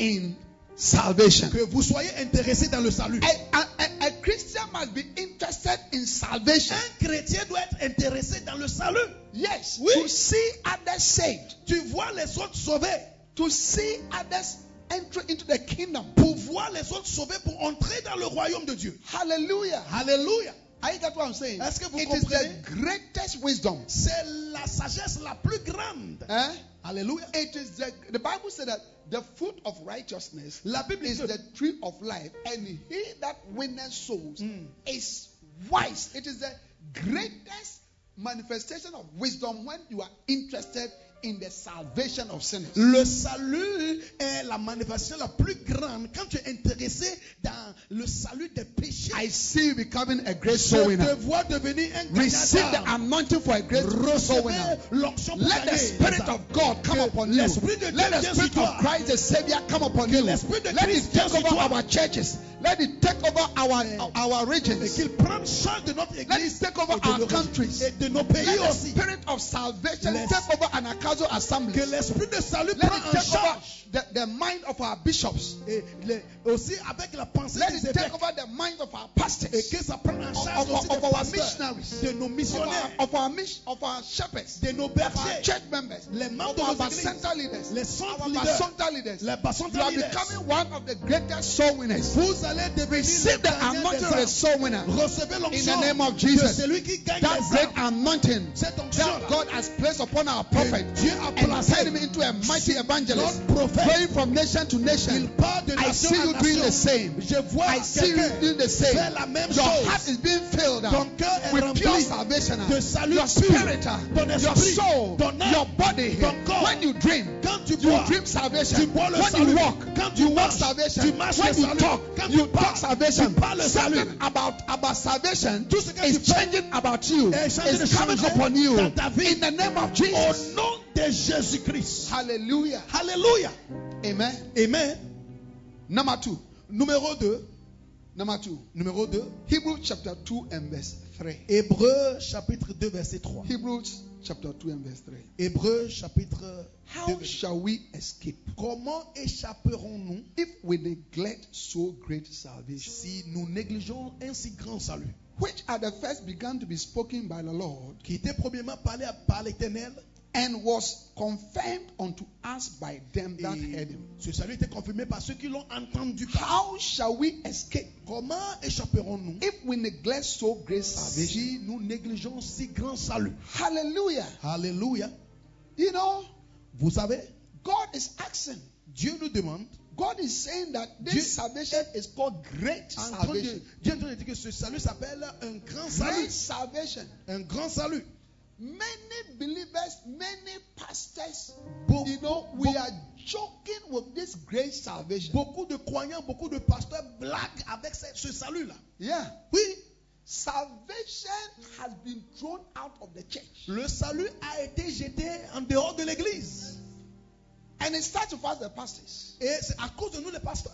C: in salvation.
E: que vous soyez intéressé dans le salut.
C: A, a- a- a Christian must be interested in salvation.
E: Un chrétien doit être intéressé dans le salut.
C: Yes,
E: Oui.
C: to see others saved,
E: Tu vois les autres sauvés
C: to see others enter into the kingdom.
E: pour voir les autres sauvés pour entrer dans le royaume de Dieu.
C: Hallelujah.
E: Alléluia.
C: Are you that what I'm saying?
E: Est-ce que vous
C: It is the
E: comprenez?
C: greatest wisdom.
E: C'est la sagesse la plus grande.
C: Eh?
E: Alléluia.
C: It is the, the Bible said that the fruit of righteousness
E: La Bible
C: is
E: dit
C: the tree of life, and he that winneth souls
E: Mm.
C: is wise. It is the greatest manifestation of wisdom when you are interested in the salvation of sinners.
E: le salut est la manifestation la plus grande quand tu es intéressé dans le salut des péchés.
C: I see you becoming a great soul
E: Je te
C: winner.
E: vois devenir un
C: Receive the
E: gagnant.
C: anointing for a great soul winner.
E: Recevez l'onction pour
C: Let the
E: gagner.
C: Spirit of God come
E: Que
C: upon you.
E: l'Esprit de Dieu
C: Let the
E: vienne
C: Spirit
E: sur
C: of
E: toi.
C: Christ the Savior come upon you. Let
E: l'Esprit de
C: it
E: Christ vienne
C: take
E: sur
C: over
E: toi.
C: our churches. Let it take over our, our
E: Et
C: regions.
E: qu'il prenne charge de notre
C: Let
E: église
C: it take over
E: et de
C: our
E: nos régions.
C: countries.
E: et de nos
C: Let
E: pays
C: the
E: aussi.
C: Spirit of salvation
E: Let's-
C: take over an Akazo assembly.
E: Que l'esprit de salut
C: Let
E: prenne
C: it
E: en
C: take over Eh,
E: charge.
C: the, the mind of our bishops.
E: Et les- aussi avec la pensée
C: Let
E: des
C: it
E: évêques.
C: take over the mind of our
E: Et
C: pastors.
E: que ça prenne en
C: Of,
E: charge
C: of,
E: aussi
C: of
E: des
C: our
E: pasteurs,
C: missionaries.
E: de
C: Of
E: nos
C: our,
E: missionnaires,
C: of our, mis- of our shepherds.
E: de nos
C: of our
E: bergers,
C: church members,
E: les membres
C: of
E: de
C: our
E: nos églises,
C: basanta leaders,
E: les centres
C: our
E: leaders,
C: basanta leaders.
E: les basanta
C: You are
E: leaders.
C: becoming one of the greatest soul winners.
E: Vous allez devenir
C: Receive the
E: le gagnant
C: anointing
E: des
C: of the
E: âmes.
C: soul winner.
E: Recevez l'onction
C: In the name of
E: de
C: Jesus.
E: celui qui gagne
C: That
E: les
C: great
E: âmes.
C: anointing
E: Cette onction
C: that God has placed upon our prophet
E: que Dieu a
C: and
E: placée
C: turned him into a mighty
E: sur
C: evangelist,
E: notre prophète.
C: going from nation to
E: Il
C: nation.
E: part de
C: I
E: nation
C: see
E: à
C: you doing
E: nation.
C: the same.
E: Je vois
C: I see you
E: quelqu'un
C: doing the same.
E: faire la même
C: Your
E: chose.
C: heart is being filled up
E: Ton cœur est
C: with pure
E: rempli
C: salvation.
E: de salut
C: Your
E: pur.
C: spirit, uh,
E: Ton
C: your
E: esprit,
C: soul,
E: ton âme,
C: your body.
E: ton corps.
C: When you dream,
E: Quand tu
C: you
E: bois,
C: dream
E: tu
C: salvation.
E: bois le
C: When
E: salut.
C: you walk,
E: Quand
C: you walk
E: tu marches,
C: salvation.
E: tu marches
C: When
E: le
C: you
E: salut.
C: talk,
E: Quand
C: you talk
E: tu parles,
C: salvation.
E: tu parles le salut.
C: Something about about salvation
E: Tout ce que
C: is
E: tu fais
C: changing about you.
E: est changé de
C: It's coming
E: changer
C: upon you.
E: dans ta vie.
C: In the name of
E: Au
C: Jesus.
E: nom de Jésus-Christ.
C: Hallelujah.
E: Alléluia.
C: Amen.
E: Amen.
C: Number two.
E: Numéro 2.
C: Number two.
E: Numéro 2.
C: Hebrew chapter 2 and verse 3.
E: Hébreu chapitre 2 verset 3.
C: Hebrews chapter 2 and verse 3.
E: Hébreu chapitre 2
C: How
E: verset
C: shall we escape
E: 3. Comment échapperons-nous
C: if we neglect so great salvation,
E: si nous négligeons un si grand salut
C: which at the first began to be spoken by the Lord
E: qui était premièrement parlé à- par l'Éternel
C: and was confirmed unto us by them
E: et
C: that heard him?
E: ce salut était confirmé par ceux qui l'ont entendu.
C: How shall we escape
E: Comment échapperons-nous
C: if we neglect so great salvation?
E: si nous négligeons si grand salut
C: Hallelujah.
E: Alléluia.
C: You know,
E: Vous savez,
C: God is asking.
E: Dieu nous demande
C: God is saying that this
E: Dieu-
C: salvation is called great
E: en train de-
C: salvation.
E: Dieu est en train de dire que ce salut s'appelle un grand
C: Great
E: salut.
C: salvation.
E: Un grand salut.
C: Many believers, many pastors,
E: Beaucoup-
C: you know, we
E: be-
C: are joking with this great salvation.
E: Beaucoup de croyants, beaucoup de pasteurs blaguent avec ce, ce salut-là.
C: Yeah.
E: Oui,
C: Salvation has been thrown out of the church.
E: le salut a été jeté en dehors de l'église.
C: And it starts with us, the pastors.
E: Et c'est à cause de nous, les pasteurs.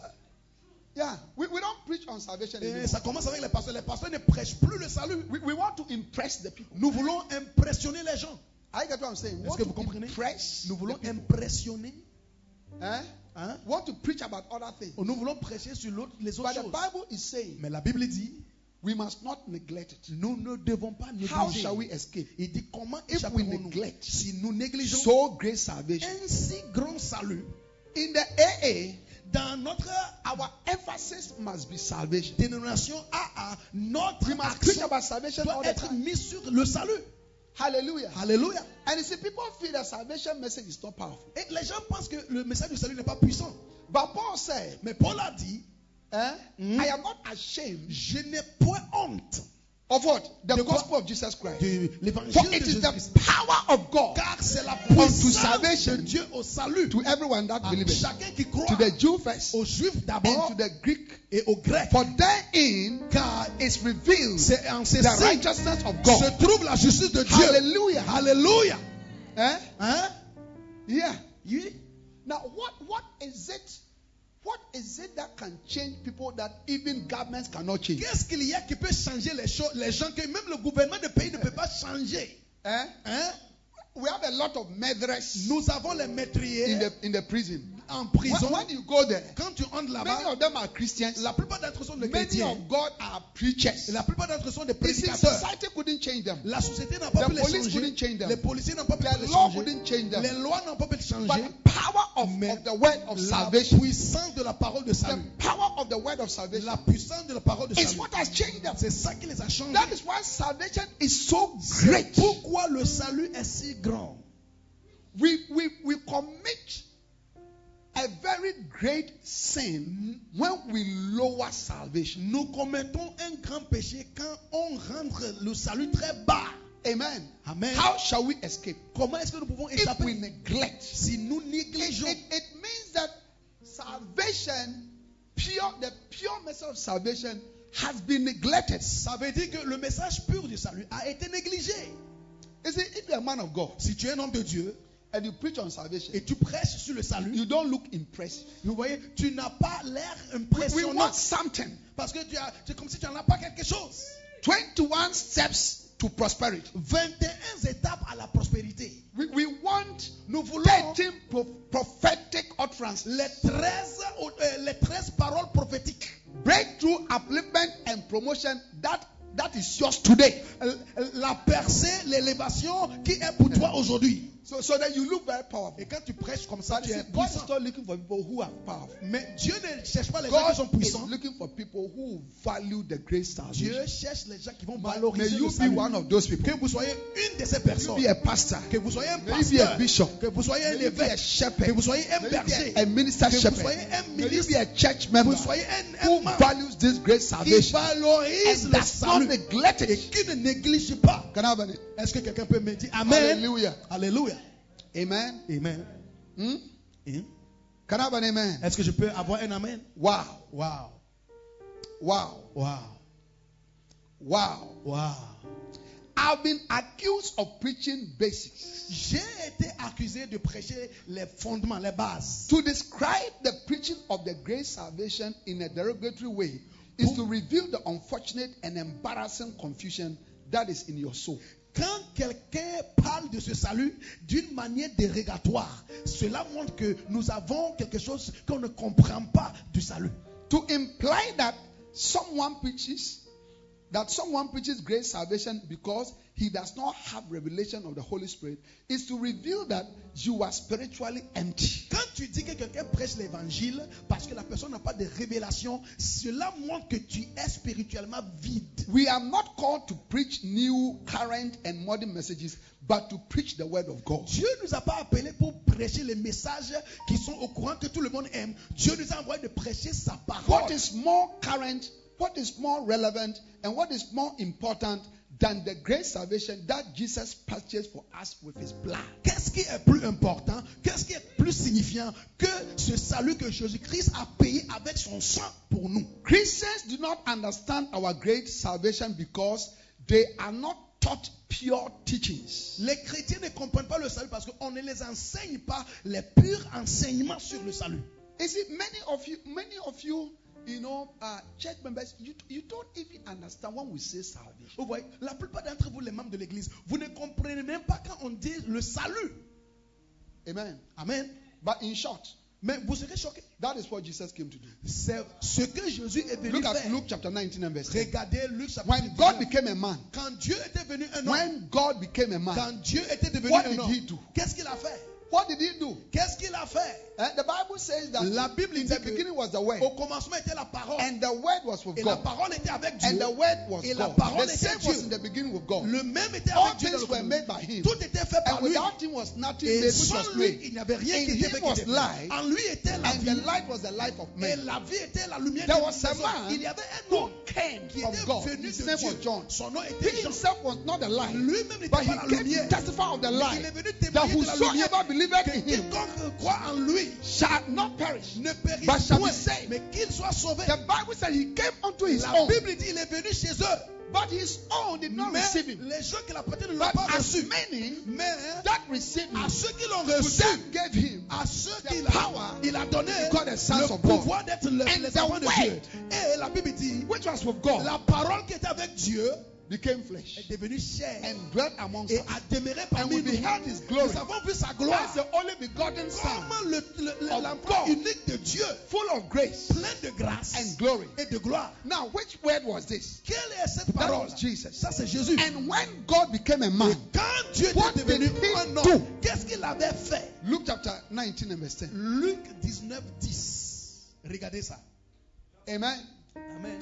C: Yeah. We, we don't preach on salvation anymore.
E: Et ça commence avec les pasteurs. Les pasteurs ne prêchent plus le salut.
C: We, we want to impress the people.
E: Nous voulons impressionner les gens.
C: I get what I'm saying. We
E: Est-ce que vous
C: want to
E: comprenez?
C: impress
E: Nous voulons
C: the people.
E: impressionner.
C: Eh?
E: hein?
C: want to preach about other things.
E: Nous voulons prêcher sur l'autre- les autres
C: But the
E: choses.
C: Bible is saying
E: Mais la Bible dit,
C: we must not neglect it.
E: nous ne devons pas négliger.
C: How shall we escape?
E: Il dit comment
C: If we
E: échapperons-nous
C: neglect
E: si nous négligeons
C: So great salvation.
E: un si grand salut
C: In the AA,
E: dans notre
C: our emphasis must be salvation.
E: dénomination AA, notre
C: We must preach
E: accent
C: about salvation all
E: doit
C: the
E: être
C: time.
E: mis sur le salut.
C: Hallelujah.
E: Alléluia.
C: And you see, people feel that salvation message is not powerful.
E: Et les gens pensent que le message du salut n'est pas puissant.
C: But Paul said,
E: Mais Paul a dit,
C: eh,
E: Mm.
C: I am not ashamed
E: je n'ai point honte
C: of what? The
E: De quoi?
C: gospel of Jesus Christ.
E: de
C: For
E: l'évangile de
C: it is
E: Jésus-Christ.
C: the power of God
E: Car c'est la puissance
C: salvation
E: de Dieu au salut.
C: to everyone that
E: À
C: believes.
E: chacun qui croit
C: To the Jew first
E: aux Juifs
C: and
E: d'abord
C: to the Greek.
E: et aux Grecs.
C: For therein
E: Car
C: is revealed
E: c'est en ces
C: the
E: signes
C: righteousness of God.
E: se trouve la justice de Dieu.
C: Hallelujah.
E: Alléluia.
C: Eh?
E: Hein?
C: Yeah.
E: Oui.
C: Now, what, what is it? What is it that can change people that even governments cannot change?
E: Qu'est-ce qu'il y a qui peut changer les choses, les gens que même le gouvernement de pays ne peut pas changer
C: Eh?
E: hein?
C: We have a lot of murderers
E: Nous avons les
C: in
E: meurtriers
C: the in the prison.
E: en
C: When,
E: prison.
C: when you go there,
E: Quand tu entres
C: many
E: là-bas,
C: of them are Christians.
E: la plupart d'entre eux sont des
C: Many
E: chrétiens.
C: of God are preachers.
E: Et la plupart d'entre eux sont des
C: You see,
E: prédicateurs.
C: society couldn't change them.
E: La société n'a pas
C: The
E: pu les
C: police
E: changer.
C: couldn't change them.
E: Les policiers n'ont pas pu
C: The
E: les
C: law
E: changer.
C: couldn't change them.
E: Les lois n'ont pas pu les
C: But
E: changer.
C: the power of,
E: Mais
C: of the word of
E: La
C: salvation,
E: puissance de la parole de
C: the
E: salut.
C: power of the word of salvation
E: La puissance de la parole de
C: is
E: salut.
C: what has changed them.
E: C'est ça qui les a changés.
C: That is why salvation is so great.
E: Pourquoi le salut est si grand
C: We, we, we commit a very great sin when we lower salvation.
E: Nous commettons un grand péché quand on rendre le salut très bas.
C: Amen.
E: Amen.
C: How shall we escape?
E: Comment est-ce que nous pouvons
C: If we
E: échapper
C: neglect.
E: si nous
C: It,
E: négligeons
C: it, it means that salvation, pure, the pure message of salvation has been neglected.
E: Ça veut dire que le message pur du salut a été négligé.
C: You see, if you're a man of God
E: Si tu es un homme de Dieu
C: and you preach on salvation,
E: et tu prêches sur le salut,
C: you don't look impressive.
E: vous voyez, tu n'as pas l'air
C: We
E: impressionnant
C: want something.
E: parce que tu as, c'est comme si tu n'en as pas quelque chose.
C: 21 steps to prosperity.
E: 21 étapes à la prospérité.
C: We, we want
E: Nous voulons
C: 13 pro- prophetic utterances,
E: les 13, au- euh, les 13 paroles prophétiques.
C: breakthrough, upliftment, and promotion. That that is yours today.
E: la percée, l'élévation qui est pour toi aujourd'hui.
C: So so that you look very powerful.
E: Et quand tu prêches comme ça,
C: You
E: tu
C: see,
E: es
C: God
E: puissant.
C: is not looking for people who are powerful.
E: Mais Dieu ne cherche pas les gens qui sont
C: God is
E: puissants.
C: looking for people who value the great
E: Dieu
C: salvation.
E: cherche les gens qui vont
C: May
E: valoriser
C: you
E: le
C: be
E: salut.
C: one of those people.
E: Que vous soyez une de
C: May
E: ces
C: you
E: personnes.
C: be a pastor.
E: Que vous soyez un
C: May you be a
E: pasteur.
C: bishop.
E: Que vous soyez un
C: May you be a
E: évêque.
C: shepherd.
E: Que vous soyez un
C: May you
E: berger.
C: be a- a minister
E: Que vous
C: shepherd.
E: soyez un
C: May you be
E: ministre.
C: a church
E: Que
C: member
E: vous soyez un, un
C: who
E: membre
C: values this great
E: qui
C: salvation and
E: valorise
C: does
E: le
C: not
E: salut.
C: neglect
E: Et
C: it.
E: qui ne néglige pas.
C: Can I have an
E: Est-ce que quelqu'un peut me dire Amen?
C: Hallelujah.
E: Alléluia.
C: amen?
E: Amen.
C: Hmm?
E: Hein?
C: Can I have an amen?
E: Est-ce que je peux avoir un Amen?
C: Wow,
E: Wow,
C: wow,
E: wow,
C: wow.
E: wow.
C: I've been accused of preaching basics.
E: J'ai été accusé de prêcher les fondements, les bases.
C: To describe the preaching of the great salvation in a derogatory way is to reveal the unfortunate and embarrassing confusion that is in your soul.
E: Quand quelqu'un parle de ce salut d'une manière dérogatoire, cela montre que nous avons quelque chose qu'on ne comprend pas du salut.
C: To imply that someone preaches that someone preaches great salvation because he does not have revelation of the Holy Spirit is to reveal that you are spiritually empty.
E: Quand tu dis que quelqu'un prêche l'évangile parce que la personne n'a pas de révélation, cela montre que tu es spirituellement vide.
C: We are not called to preach new, current, and modern messages, but to preach the word of God.
E: Dieu nous a pas appelés pour prêcher les messages qui sont au courant que tout le monde aime. Dieu nous a envoyé de prêcher sa parole.
C: What is more current what is more relevant and what is more important than the great salvation that Jesus purchased for us with his blood?
E: Qu'est-ce qui est plus important Qu'est-ce qui est plus signifiant que ce salut que Jésus-Christ a payé avec son sang pour nous
C: Christians do not understand our great salvation because they are not taught pure teachings.
E: Les chrétiens ne comprennent pas le salut parce qu'on ne les enseigne pas les purs enseignements sur le salut.
C: You see, many of you, many of you, you know, uh, church members, you, you don't even understand when we say salvation.
E: Vous voyez, la plupart d'entre vous, les membres de l'Église, vous ne comprenez même pas quand on dit le salut.
C: Amen.
E: Amen.
C: But in short,
E: Mais vous serez choqués.
C: that is what Jesus came to do.
E: C'est ce que Jésus est venu
C: Look at
E: faire.
C: Luke chapter 19 and verse 10.
E: Regardez Luc chapitre
C: When God
E: 19.
C: became a man,
E: Quand Dieu était venu un homme,
C: when God became a man,
E: quand Dieu était devenu
C: What
E: un
C: did
E: homme,
C: he do?
E: qu'est-ce qu'il a fait
C: what did he do?
E: Qu'est-ce qu'il a fait
C: Eh, the Bible says that
E: La Bible
C: in
E: dit
C: the
E: que-
C: beginning was the word,
E: Au commencement était la parole.
C: and the word was with
E: et la
C: God,
E: parole était avec Dieu.
C: and the word was
E: et la
C: God.
E: parole
C: The
E: était
C: same
E: Dieu.
C: was in the beginning with God.
E: Le même était
C: All
E: avec
C: things
E: Dieu. dans le
C: were made
E: commencement.
C: by him.
E: Tout était fait par
C: And
E: lui.
C: without him was nothing made
E: Et
C: which was
E: sans lui,
C: made.
E: il n'y avait rien
C: In
E: qui était
C: him
E: fait.
C: was
E: qui était fait.
C: life,
E: En lui était la
C: And the
E: vie.
C: light was the life of
E: Et
C: man.
E: la vie était la lumière
C: There
E: du
C: was a
E: monde.
C: man
E: Il y avait un homme qui
C: from
E: était
C: God.
E: venu
C: His
E: de
C: name
E: Dieu.
C: was John.
E: Son nom
C: He
E: était Jean.
C: himself was not the light,
E: Lui-même
C: but
E: n'était pas la
C: he came to
E: lumière.
C: testify of the
E: Mais
C: light.
E: il est venu
C: That
E: témoigner de la lumière.
C: whosoever believeth
E: Que
C: in him
E: quiconque croit en lui
C: shall not perish.
E: ne
C: But
E: périsse
C: shall be
E: point,
C: saved.
E: mais qu'il soit sauvé.
C: The Bible said he came unto his
E: La
C: own,
E: Bible dit il est venu chez eux,
C: but his own did not
E: mais
C: receive him.
E: les gens qui l'appartiennent ne l'ont
C: But
E: pas
C: as
E: reçu.
C: many
E: Mais hein,
C: that received him,
E: à ceux qui l'ont
C: to
E: reçu,
C: them gave him
E: à ceux
C: the
E: qui
C: power
E: l'ont, il a donné
C: to become the sons
E: le
C: of God.
E: pouvoir d'être le-
C: And
E: les
C: the
E: enfants de
C: word,
E: Dieu. Et Eh, la Bible dit,
C: which was with God,
E: la parole qui était avec Dieu
C: became flesh
E: est devenue chair
C: and dwelt amongst
E: et
C: us.
E: a demeuré
C: And
E: parmi
C: we
E: nous.
C: beheld his glory.
E: Nous avons vu sa
C: As
E: gloire.
C: the only begotten Son,
E: Comment le- le- le-
C: of
E: l'enfant
C: God.
E: unique de Dieu,
C: full of grace
E: plein de grâce
C: and glory.
E: et de gloire.
C: Now, which word was this?
E: Quelle est cette
C: That
E: parole
C: was Jesus.
E: Ça, c'est Jésus.
C: And when God became a man,
E: Quand Dieu
C: What
E: est devenu
C: did he
E: un
C: do?
E: homme, qu'est-ce qu'il avait fait
C: Luke chapter 19 and verse 10.
E: Luc 19, 10. Regardez ça.
C: Amen.
E: Amen.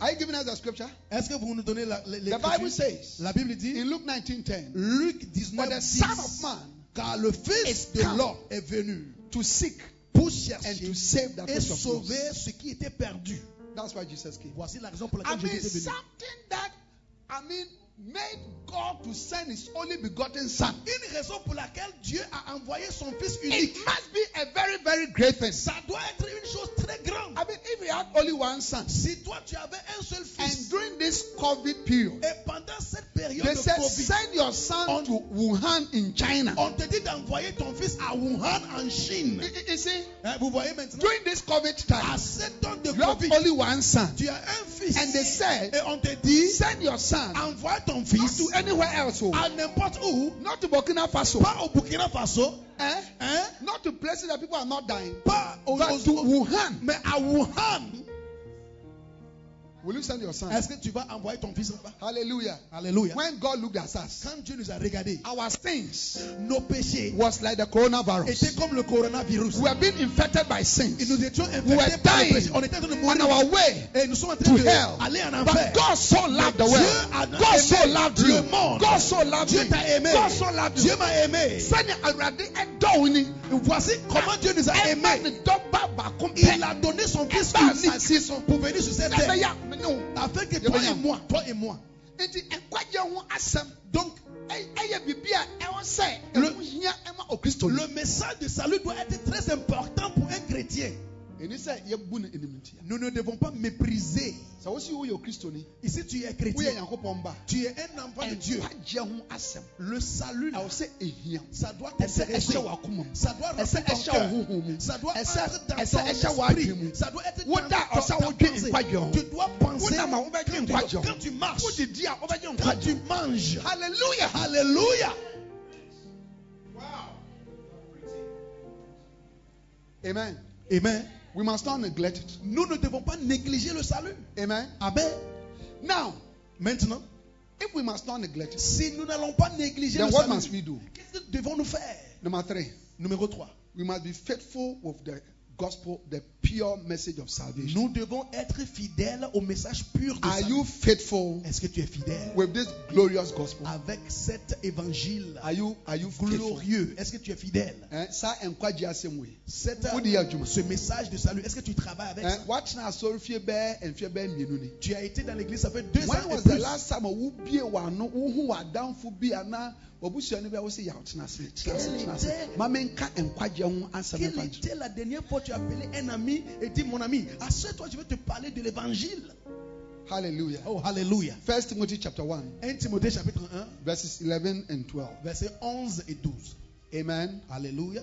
C: Are you giving us the scripture?
E: Est-ce que vous nous donnez la, les- les
C: The Bible
E: écritures?
C: says
E: La Bible dit
C: in Luke 19 10
E: Luc 19,
C: For the
E: 10,
C: Son of Man
E: car le Fils
C: is
E: de
C: come
E: l'homme est venu
C: to seek
E: pour
C: and
E: chercher
C: to save that
E: et
C: which was
E: sauver
C: lost.
E: ce qui était perdu.
C: That's why Jesus came.
E: Voici la raison pour
C: I
E: laquelle
C: mean,
E: Jésus est venu.
C: something that, I mean, made God to send his only begotten Son.
E: Une raison pour laquelle Dieu a envoyé son Fils unique.
C: It must be a very, very great thing.
E: Ça doit être une chose très grande.
C: I mean, if you had only one son,
E: Si toi tu avais un seul
C: and
E: fils
C: during this COVID period,
E: et pendant cette période
C: they
E: de
C: said,
E: Covid,
C: send your son
E: On-
C: to Wuhan in China.
E: on te dit d'envoyer ton fils à Wuhan en Chine.
C: You- you- You see,
E: Hein, vous voyez Eh, maintenant,
C: during this COVID time,
E: à cet temps de
C: you have
E: Covid,
C: only one son.
E: tu as un fils.
C: And they said,
E: et on te dit,
C: send your son
E: envoie ton
C: not
E: fils
C: to anywhere else, oh.
E: à n'importe où,
C: not to Burkina Faso,
E: pas au Burkina Faso,
C: eh?
E: hein,
C: not to places that people are not dying,
E: pas au,
C: but
E: au-
C: to
E: au-
C: Wuhan.
E: mais à Wuhan.
C: Will you send your son?
E: Est-ce que tu vas envoyer ton fils là-bas?
C: Hallelujah.
E: Alléluia.
C: When God looked at us,
E: Quand Dieu nous a regardés,
C: our sins
E: nos péchés
C: was like the
E: étaient
C: coronavirus.
E: comme le coronavirus.
C: We have been infected by
E: Et
C: sins
E: nous étions
C: We were
E: infectés par le
C: dying
E: péché. On était en train de
C: on
E: mourir.
C: our way
E: Et nous sommes en train
C: to hell.
E: d'aller en enfer.
C: But God so loved the world. God so loved you. God so loved
E: Dieu
C: you.
E: t'a aimé.
C: God so loved you.
E: Dieu m'a aimé.
C: Sani Awurade ɛdɔ wo ni.
E: Et voici comment Dieu nous a
C: Ɛma ne
E: aimés.
C: dɔ ba baako
E: Il
C: pɛ.
E: a donné son fils
C: Ɛba
E: unique
C: asase so.
E: pour venir sur cette terre.
C: Ɛbɛyɛ me ne wo.
E: Afin que toi et
C: Yɛbɛyɛ.
E: moi, toi et moi,
C: Nti nkwagye ho asɛm.
E: donc
C: Ɛ- ɛyɛ biribi a ɛwɔ sɛ
E: Le-
C: ɛho hia ɛma ɔkristo
E: le message de salut doit être très important pour un chrétien.
C: ɛni sɛ yɛbu no anim ntia
E: Nous ne devons pas mépriser.
C: sɛ wosi woyɛ okristoni
E: Ici, tu es
C: woyɛ
E: chrétien.
C: nyankopɔn ba
E: Tu es un enfant de Dieu.
C: nkwagye ho asɛm
E: Le salut, là,
C: ɛwɔ sɛ ɛhia wo.
E: ça doit
C: ɛsɛ
E: t'intéresser.
C: ɛhyɛ w'akoma mu
E: Ça doit rentrer
C: ɛsɛ
E: dans
C: ɛhyɛ
E: ton
C: wo
E: cœur.
C: honhom mu
E: Ça doit
C: ɛsɛ
E: être dans
C: ɛsɛ
E: ton
C: ɛhyɛ
E: esprit.
C: w'adwe mu
E: Ça doit être
C: Woda
E: dans
C: ɔsa
E: ta
C: wodwe
E: pensée.
C: nkwagye ho.
E: Tu dois penser
C: wonam a wobɛdwe
E: quand tu,
C: nkwagye ho
E: quand tu marches,
C: wodidi a wobɛgye
E: quand
C: nkwagye
E: tu
C: ho
E: manges.
C: halleluya
E: Alléluia.
C: amen
E: Amen.
C: we must not neglect it
E: Nous ne devons pas négliger le salut.
C: amen
E: Amen.
C: now
E: Maintenant,
C: if we must not neglect it
E: si nous n'allons pas négliger
C: then
E: le
C: what must we
E: salut,
C: do
E: qu'est-ce que devons-nous faire
C: number three
E: Numéro 3.
C: we must be faithful with the gospel, the pure message of salvation.
E: Nous devons être fidèles au message pur de
C: Are you
E: salut.
C: faithful
E: Est-ce que tu es fidèle
C: with this glorious gospel?
E: avec cet évangile
C: Are you are you faithful?
E: glorieux Est-ce que tu es fidèle
C: Eh, sa nkwa gye asɛm wei.
E: Cet-
C: Wodi yɛ adwuma.
E: Ce message de salut, est-ce que tu travailles avec
C: Eh,
E: ça
C: Watena asɔre fie bɛɛ mfie bɛɛ mmienu ni.
E: Tu as été dans l'église, ça fait deux
C: When
E: ans
C: was
E: et
C: the
E: plus.
C: last time a wubie w'ano wohu w'adamfo bi anaa w'abusuani bi a wosi yɛ ɔtena ase tena ase tena ase ma mi nka nkwagye ho asɛm
E: Quelle
C: nfa nkyerɛ.
E: était la dernière fois que tu as appelé un ami et dit mon ami, assieds-toi, je vais te parler de l'évangile.
C: Hallelujah.
E: Oh, hallelujah.
C: First Timothy chapter one
E: 1 Timothée chapitre 1,
C: verses eleven and twelve.
E: versets 11 et 12.
C: Amen.
E: Alléluia.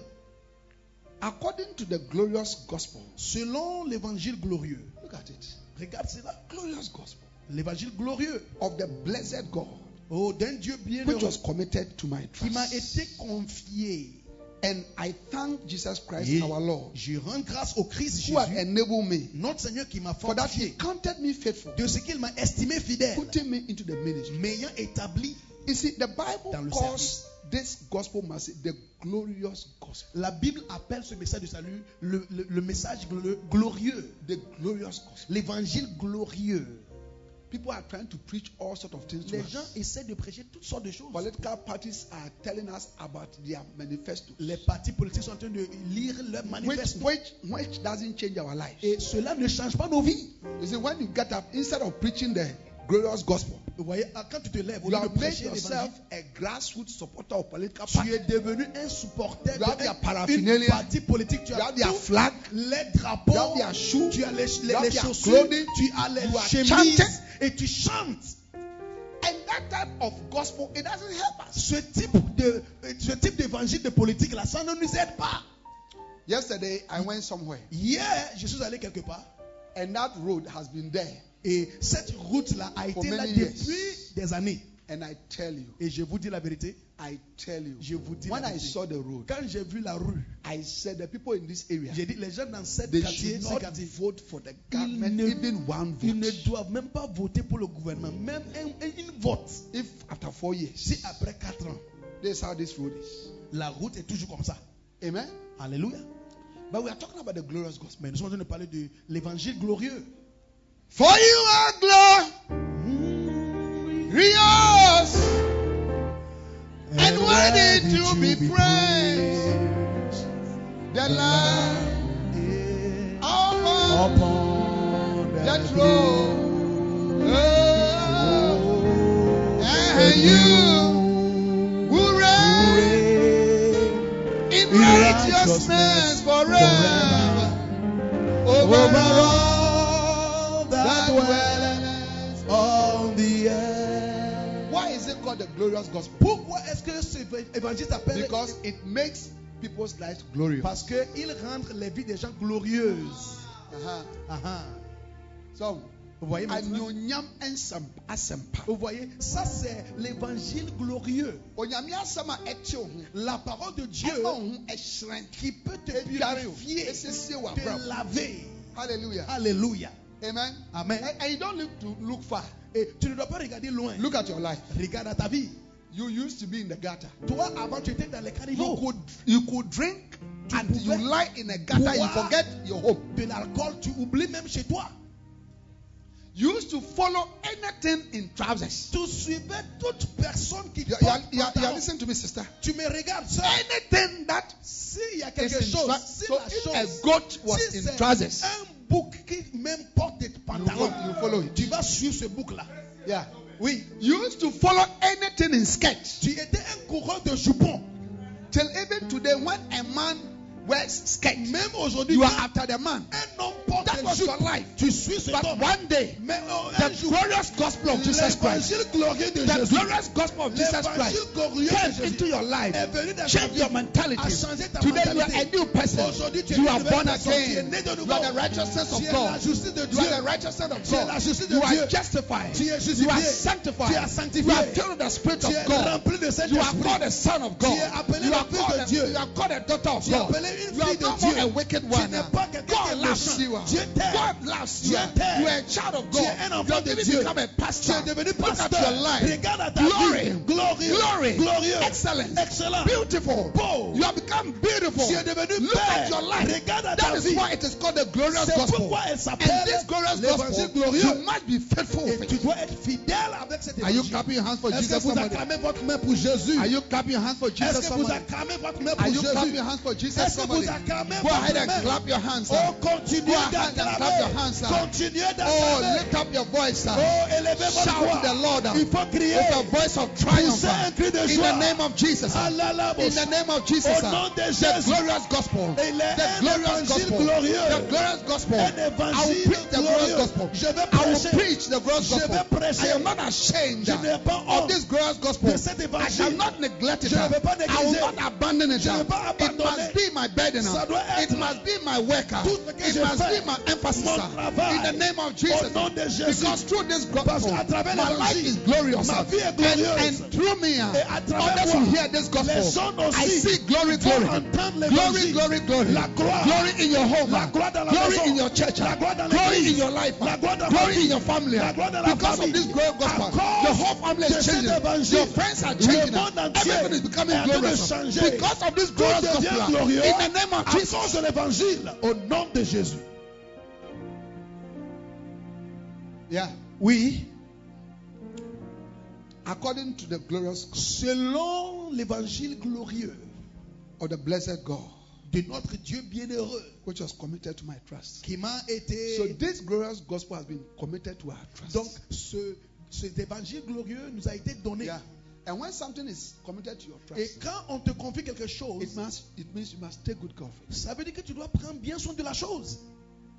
C: According to the glorious gospel.
E: Selon l'évangile glorieux,
C: Look at it.
E: regarde cela,
C: Glorious gospel
E: l'évangile glorieux,
C: of the blessed God,
E: oh, d'un Dieu bienheureux
C: which was committed to my
E: qui m'a
C: trust.
E: été confié.
C: And I thank Jesus Christ
E: Et
C: our Lord,
E: je rends grâce au Christ
C: who had
E: Jésus,
C: enabled me,
E: notre Seigneur qui m'a
C: for that He
E: fortifié,
C: counted me faithful,
E: de ce qu'il m'a estimé fidèle,
C: putting me into the ministry.
E: m'ayant établi.
C: You see, the Bible
E: Dans le
C: calls this gospel message the glorious gospel.
E: La Bible appelle ce message de salut le, le- le message glo- glorieux,
C: The glorious gospel.
E: l'évangile glorieux.
C: People are trying to preach all sorts of things to
E: Les gens
C: us.
E: essaient de prêcher toutes sortes de choses.
C: Political parties are telling us about their manifesto,
E: Les partis politiques sont en train de lire leur
C: which,
E: manifeste.
C: which, which doesn't change our lives.
E: Et cela ne change pas nos vies.
C: You see, when you get up, instead of preaching the glorious gospel,
E: Vous voyez, ah, quand tu te lèves, au
C: you
E: lieu de
C: have made
E: prêcher
C: yourself
E: l'évangile,
C: a grassroots supporter of political
E: tu
C: party.
E: es devenu un supporter
C: You have their
E: de
C: paraphernalia.
E: une partie politique. Tu
C: You
E: as
C: have their
E: tout,
C: flag.
E: les
C: You have
E: drapeaux,
C: their shoe.
E: tu as les, les-
C: You have
E: les
C: their
E: chaussures,
C: clothing.
E: tu as les
C: You are
E: chemises
C: chanting.
E: et tu chantes.
C: And that type of gospel, it doesn't help us.
E: Ce type de ce type d'évangile de politique là, ça ne nous aide pas.
C: Yesterday, I went somewhere,
E: Hier, je suis allé quelque part
C: and that road has been there.
E: et cette route là a
C: For
E: été là
C: many years.
E: depuis des années.
C: And I tell you,
E: Et je vous dis la vérité,
C: I tell you,
E: je vous dis
C: when
E: la
C: I
E: vérité.
C: saw the road,
E: Quand j'ai vu la rue,
C: I said the people in this area,
E: j'ai dit les gens dans cette
C: they
E: quartier,
C: should
E: ce
C: not
E: quartier,
C: vote for the
E: Ils
C: government,
E: ne-
C: even one
E: ils ne
C: vote.
E: doivent même pas voter pour le gouvernement, même un, un- une vote.
C: If after four years,
E: Si après 4 ans,
C: this is how this road is.
E: la route est toujours comme ça.
C: Amen.
E: Alléluia.
C: But we are talking about the glorious gospel.
E: Mais nous sommes en train de parler de l'évangile glorieux.
C: For you are
E: Mm.
C: glorious. and worthy to be praised. The Lamb upon the throne, Oh, and you who reign in righteousness forever over all that dwelleth
E: On the earth.
C: Why is it called the glorious gospel?
E: Pourquoi est-ce que cet évangile s'appelle
C: Because it makes people's lives glorious.
E: Parce qu'il rend les vies des gens glorieuses.
C: Uh-huh.
E: Ah, ah.
C: So,
E: Vous voyez maintenant?
C: anyonyam nsɛm asɛm pa.
E: Vous voyez, ça c'est l'évangile glorieux.
C: Onyame asɛm a ɛte wo ho.
E: La parole de Dieu
C: Ɛma wo ho ɛhyerɛn.
E: qui peut te
C: Ɛdware wo.
E: purifier,
C: Ɛsiesie wo
E: te
C: abrabɔ.
E: laver.
C: Hallelujah.
E: Alléluia.
C: Amen.
E: Amen.
C: And, and you don't need to look far.
E: Et tu ne dois pas regarder loin.
C: Look at your life.
E: Regarde à ta vie.
C: You used to be in the gutter.
E: Toi, avant, tu étais dans les
C: You
E: caniveaux.
C: could you could drink
E: Tu
C: and you
E: pouvais
C: lie in a gutter. You
E: boire
C: forget your home.
E: de l'alcool, tu oublies même chez toi.
C: You used to follow anything in trousers.
E: Tu suivais toute personne qui
C: You,
E: porte
C: you, are- you, are- you are
E: pantalon.
C: listening to me, sister.
E: Tu me regardes, sœur.
C: Anything that
E: S'il y a
C: is
E: quelque
C: in
E: chose,
C: tra-
E: si
C: so
E: la
C: if
E: chose,
C: a goat was
E: si
C: in
E: c'est
C: trousers.
E: un bouc qui même porte des pantalons,
C: follow- you follow it.
E: tu vas suivre ce bouc-là.
C: Yeah.
E: Oui.
C: You used to follow anything in skirt.
E: Tu étais un coureur de jupons.
C: Till even today, when a man wears skirt,
E: Même aujourd'hui,
C: you are
E: quand
C: after the man.
E: un homme porte
C: That
E: des
C: was your
E: jupes.
C: life.
E: Tu suis cet
C: But
E: homme.
C: one day,
E: Mais oh, un
C: the
E: jour,
C: glorious gospel of Jesus Christ,
E: l'évangile glorieux de
C: the
E: Jésus,
C: glorious gospel of Jesus
E: l'évangile
C: Christ,
E: glorieux de
C: came
E: Jésus,
C: into your life,
E: est venu dans ta
C: changed
E: vie,
C: your
E: a
C: mentality.
E: changé ta
C: Today, you are a
E: mentalité.
C: new person.
E: Aujourd'hui, tu es
C: You
E: une
C: are
E: nouvelle
C: born
E: personne, tu es
C: again.
E: né de
C: You
E: nouveau.
C: are the righteousness
E: Tu
C: of
E: es la
C: God.
E: justice de
C: You
E: Dieu.
C: are the righteousness of
E: Tu es la justice
C: God.
E: de
C: You are
E: Dieu.
C: justified.
E: Tu es
C: You are
E: justified.
C: sanctified.
E: Tu es
C: You
E: sanctifié.
C: are filled with the Spirit
E: Tu es
C: of God.
E: rempli
C: You
E: de
C: are
E: Saint-Esprit.
C: called the son of
E: Tu es
C: God.
E: appelé
C: You
E: la
C: are
E: fille
C: called
E: de
C: the-
E: Dieu.
C: you are called the daughter of
E: Tu es
C: God.
E: appelé une
C: You are
E: fille de
C: not more
E: Dieu.
C: a wicked
E: Tu
C: one.
E: n'es pas quelqu'un qui est
C: God
E: méchant.
C: loves you.
E: Dieu t'aime.
C: God loves you.
E: Dieu t'aime.
C: You are a child of
E: Tu
C: God.
E: es un enfant
C: you
E: de
C: have
E: Dieu.
C: become a
E: Tu
C: pastor.
E: es devenu
C: Look
E: pasteur.
C: at your life.
E: Regarde à ta
C: Glory.
E: vie. Glorieux.
C: Glory.
E: Glorieux.
C: Excellence.
E: Excellent.
C: Beautiful.
E: Beau.
C: You have become beautiful.
E: Tu es devenu
C: Look
E: belle.
C: at your life.
E: Regarde à ta
C: That is
E: vie.
C: why it is called the glorious
E: C'est
C: gospel.
E: pourquoi elle s'appelle
C: And this glorious
E: l'évangile
C: gospel,
E: glorieux.
C: you must be faithful.
E: Et
C: with
E: tu
C: it.
E: dois être fidèle avec cet
C: Are you
E: évangile.
C: clapping your hands for
E: Est-ce que
C: Jesus?
E: vous
C: somebody?
E: acclamez votre main pour Jésus?
C: Are you clapping your hands for
E: Est-ce
C: Jesus?
E: que vous
C: somebody?
E: acclamez votre main pour
C: Are you clapping
E: Jésus?
C: your hands for Jesus?
E: Est-ce que
C: somebody?
E: vous acclamez
C: Go ahead
E: votre
C: and
E: main?
C: clap your hands.
E: Oh,
C: sir. Go
E: continuez
C: ahead and clap your
E: d'acclamer.
C: hands, sir.
E: Continuez
C: Oh,
E: d'acclamer.
C: lift up your voice. sir.
E: Oh, élevez votre
C: Shout
E: voix.
C: the Lord up.
E: Il faut crier.
C: With a voice of triumph.
E: Poussez un cri de
C: In
E: joie.
C: the name of Jesus.
E: Ah, là, là, bon
C: In the
E: sang.
C: name of Jesus.
E: Au nom de
C: The
E: Jésus.
C: glorious gospel.
E: Il est
C: The
E: un
C: glorious
E: évangile
C: gospel.
E: glorieux.
C: The glorious gospel.
E: Un
C: I will
E: évangile
C: preach the glorious
E: glorieux.
C: gospel.
E: Je vais
C: I will
E: prêcher.
C: preach the glorious
E: Je vais
C: gospel. I
E: prêcher.
C: am not ashamed
E: Je n'ai pas
C: of
E: honte
C: this glorious gospel.
E: de cet
C: I
E: évangile.
C: shall not neglect it.
E: Je ne vais pas
C: I will
E: négliger.
C: not abandon it.
E: Je ne vais pas
C: It must
E: abandonner.
C: be my burden.
E: Ça doit être
C: It must be my worker.
E: tout ce que
C: It
E: je
C: must
E: fais.
C: be my emphasis.
E: Mon travail.
C: In the name of Jesus.
E: Au nom de Jésus.
C: Because through this
E: Parce
C: gospel,
E: qu'à travers
C: my life
E: l'évangile,
C: is glorious.
E: ma vie est
C: And-
E: glorieuse.
C: And, through me,
E: Et à travers
C: others
E: moi,
C: will hear this
E: les
C: gospel.
E: gens
C: I
E: aussi
C: see glory,
E: vont
C: glory.
E: entendre
C: Glory,
E: l'évangile.
C: glory, glory.
E: La croix.
C: Glory in your home.
E: La croix dans la
C: glory
E: maison.
C: in your church.
E: La gloire dans
C: glory
E: l'église.
C: in your life.
E: La gloire dans la
C: glory in
E: famille.
C: your family.
E: La gloire dans la
C: because
E: famille.
C: of this glory gospel,
E: À cause
C: your whole family
E: de
C: is
E: cet
C: changing.
E: évangile,
C: Your friends are
E: le
C: changing.
E: monde entier
C: Everything is becoming
E: est en train de
C: glorious.
E: changer.
C: Because of this
E: Tout
C: glorious
E: devient
C: gospel,
E: glorieux
C: in the name of
E: à
C: Jesus,
E: cause de l'évangile. Au nom de Jésus.
C: yeah.
E: Oui,
C: According to the glorious gospel
E: selon l'évangile glorieux
C: of the blessed God,
E: de notre Dieu bienheureux
C: which was committed to my trust.
E: qui m'a
C: So
E: été.
C: this glorious gospel has been committed to our trust.
E: Donc, ce, cet évangile glorieux nous a été donné.
C: yeah. And when something is committed to your trust,
E: Et quand on te confie quelque chose,
C: it must it means you must take good care of it.
E: ça veut dire que tu dois prendre bien soin de la chose.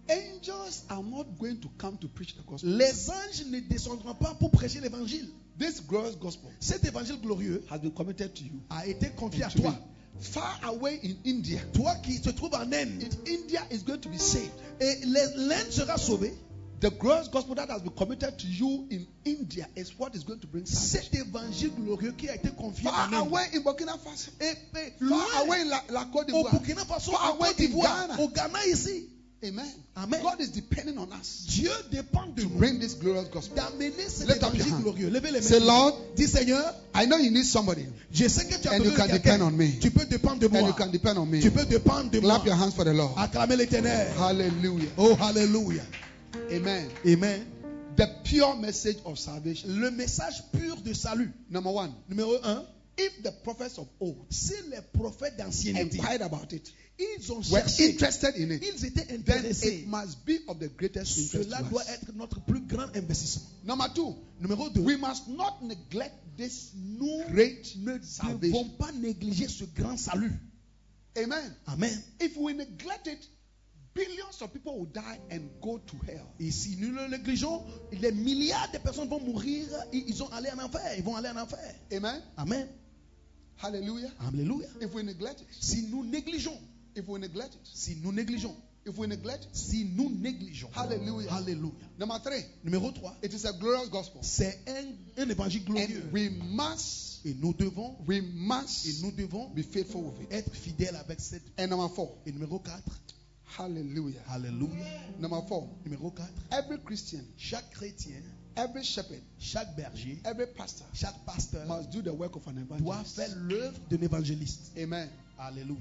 C: Angels are not going to come to preach the gospel.
E: Les anges ne descendront pas pour prêcher l'évangile.
C: This glorious gospel
E: Cet évangile glorieux
C: has been committed to you.
E: a été confié à
C: To
E: toi.
C: me. Far away in India,
E: Toi qui te trouves en Inde.
C: in India is going to be saved.
E: Et les- l'Inde sera sauvée.
C: The glorious gospel that has been committed to you in India is what is going to bring salvation.
E: Cet évangile glorieux qui a été confié
C: Far
E: en Inde.
C: away in Burkina Faso,
E: Et, et
C: far away in
E: loin,
C: La, La Côte
E: au
C: d'Ivoire,
E: Burkina Faso,
C: far
E: en
C: away
E: Côte
C: in
E: d'Ivoire,
C: Ghana.
E: au Ghana ici.
C: Amen.
E: Amen.
C: God is depending on us
E: Dieu dépend de
C: to
E: nous
C: bring this glorious gospel.
E: d'amener cet
C: Lift up your
E: évangile
C: hand.
E: glorieux. Levez les mains.
C: Say, Lord,
E: Dis Seigneur,
C: I know you need somebody,
E: je sais que tu as
C: And you
E: besoin
C: can
E: de
C: depend on
E: quelqu'un.
C: me.
E: Tu peux dépendre de
C: and
E: moi.
C: you can depend on me.
E: Tu peux dépendre de
C: Clap your
E: moi.
C: hands for the Lord.
E: Acclamez l'éternel.
C: Hallelujah.
E: Oh, hallelujah.
C: Amen.
E: Amen.
C: The pure message of salvation.
E: Le message pur de salut.
C: Number one,
E: Numéro 1.
C: if the prophets of old
E: Si les prophètes d'ancienneté,
C: inquired about it,
E: ils ont
C: were
E: cherché,
C: interested in it,
E: ils étaient
C: then
E: intéressés.
C: it must be of the greatest interest.
E: Cela
C: to
E: doit
C: us.
E: être notre plus grand investissement.
C: Number two,
E: Numéro 2.
C: we must not neglect this
E: Nous
C: great
E: ne devons
C: salvation.
E: pas négliger ce grand salut.
C: Amen.
E: Amen.
C: If we neglect it, billions of people will die and go to hell.
E: Et si nous le négligeons, les milliards de personnes vont mourir. Ils ils vont aller en enfer. Ils vont aller en enfer.
C: Amen.
E: Amen.
C: Hallelujah.
E: Alléluia.
C: If we neglect it,
E: Si nous négligeons,
C: if we neglect it,
E: si nous négligeons,
C: if we neglect it.
E: si nous négligeons.
C: Hallelujah.
E: Alléluia.
C: Number three,
E: Numéro 3.
C: it is a glorious gospel.
E: C'est un, un évangile glorieux.
C: And we must,
E: Et nous devons,
C: we
E: et
C: must
E: nous devons
C: be faithful with it.
E: être fidèles avec cette.
C: And number four,
E: Et numéro 4.
C: hallelujah.
E: Alléluia.
C: Number four,
E: Numéro 4.
C: every Christian,
E: Chaque chrétien,
C: every shepherd,
E: chaque berger,
C: every pastor
E: chaque pasteur
C: must do the work of an
E: doit
C: evangelist.
E: faire l'œuvre d'un évangéliste.
C: Amen.
E: Alléluia.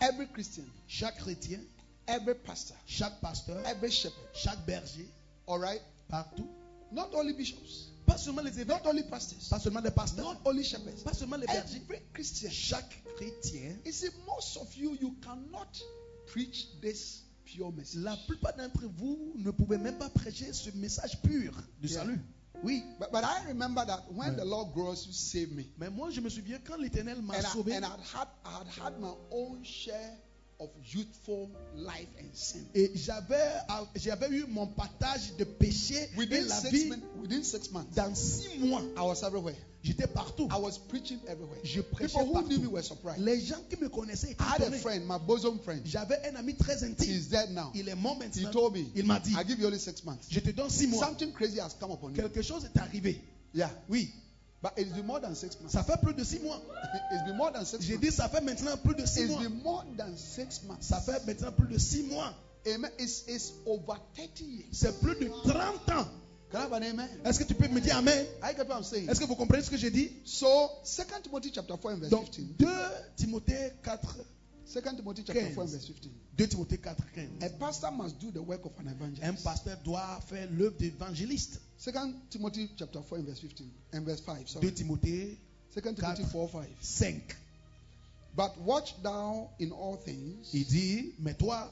C: Every Christian,
E: Chaque chrétien,
C: every pastor,
E: chaque pasteur,
C: every shepherd,
E: chaque berger,
C: all right?
E: partout.
C: Not only bishops,
E: Pas seulement les évêques,
C: not only pastors,
E: pas seulement les
C: not
E: pasteurs,
C: only shepherds,
E: pas seulement les bergers.
C: every Christian.
E: Chaque chrétien,
C: You see, most of you, you cannot preach this pure message.
E: la plupart d'entre vous ne pouvez même pas prêcher ce message pur du
C: Yeah.
E: salut. Oui.
C: But, but I remember that when the Lord gloriously saved me,
E: Mais moi, je me souviens quand l'Éternel m'a
C: and, I,
E: sauvé,
C: and I'd had, I had had my own share of youthful life and sin.
E: et j'avais euh, j'avais eu mon partage de péché et
C: Within
E: la
C: six,
E: vie.
C: min- within six months,
E: Dans six mois,
C: I was everywhere.
E: j'étais partout.
C: I was preaching everywhere.
E: Je prêchais
C: People who knew me
E: partout.
C: were surprised.
E: Les gens qui me connaissaient étaient
C: I had a
E: étonnés.
C: friend, my bosom friend.
E: J'avais un ami très intime.
C: He's dead now.
E: Il est mort
C: He
E: maintenant.
C: told me,
E: Il m'a dit,
C: I give you only six months.
E: je te donne six mois.
C: Something crazy has come upon you.
E: Quelque chose est arrivé.
C: Yeah.
E: Oui.
C: But it's been more than six months.
E: Ça fait plus de six mois.
C: It's been more than six
E: J'ai
C: months.
E: dit, ça fait maintenant plus de six
C: It's
E: mois.
C: been more than six months.
E: Ça fait maintenant plus de six mois.
C: Amen. It's, it's over 30 years.
E: C'est plus de 30 ans.
C: Can I have an amen?
E: Est-ce que tu peux me dire Amen?
C: I get what I'm saying.
E: Est-ce que vous comprenez ce que j'ai dit?
C: So, 2 Timothy chapter 4 and verse
E: Donc,
C: 15.
E: 2 Timothée 4,
C: 2 Timothy chapter 4 and
E: 15.
C: verse 15.
E: 2 Timothée 4, 15.
C: A pastor must do the work of an
E: Un
C: evangelist.
E: pasteur doit faire l'œuvre d'évangéliste.
C: 2 Timothy chapter 4 and verse 15 and verse 5.
E: 2
C: Sorry.
E: Timothée
C: 2 Timothy 4 5.
E: 5.
C: But watch thou in all things,
E: Il dit, mais toi,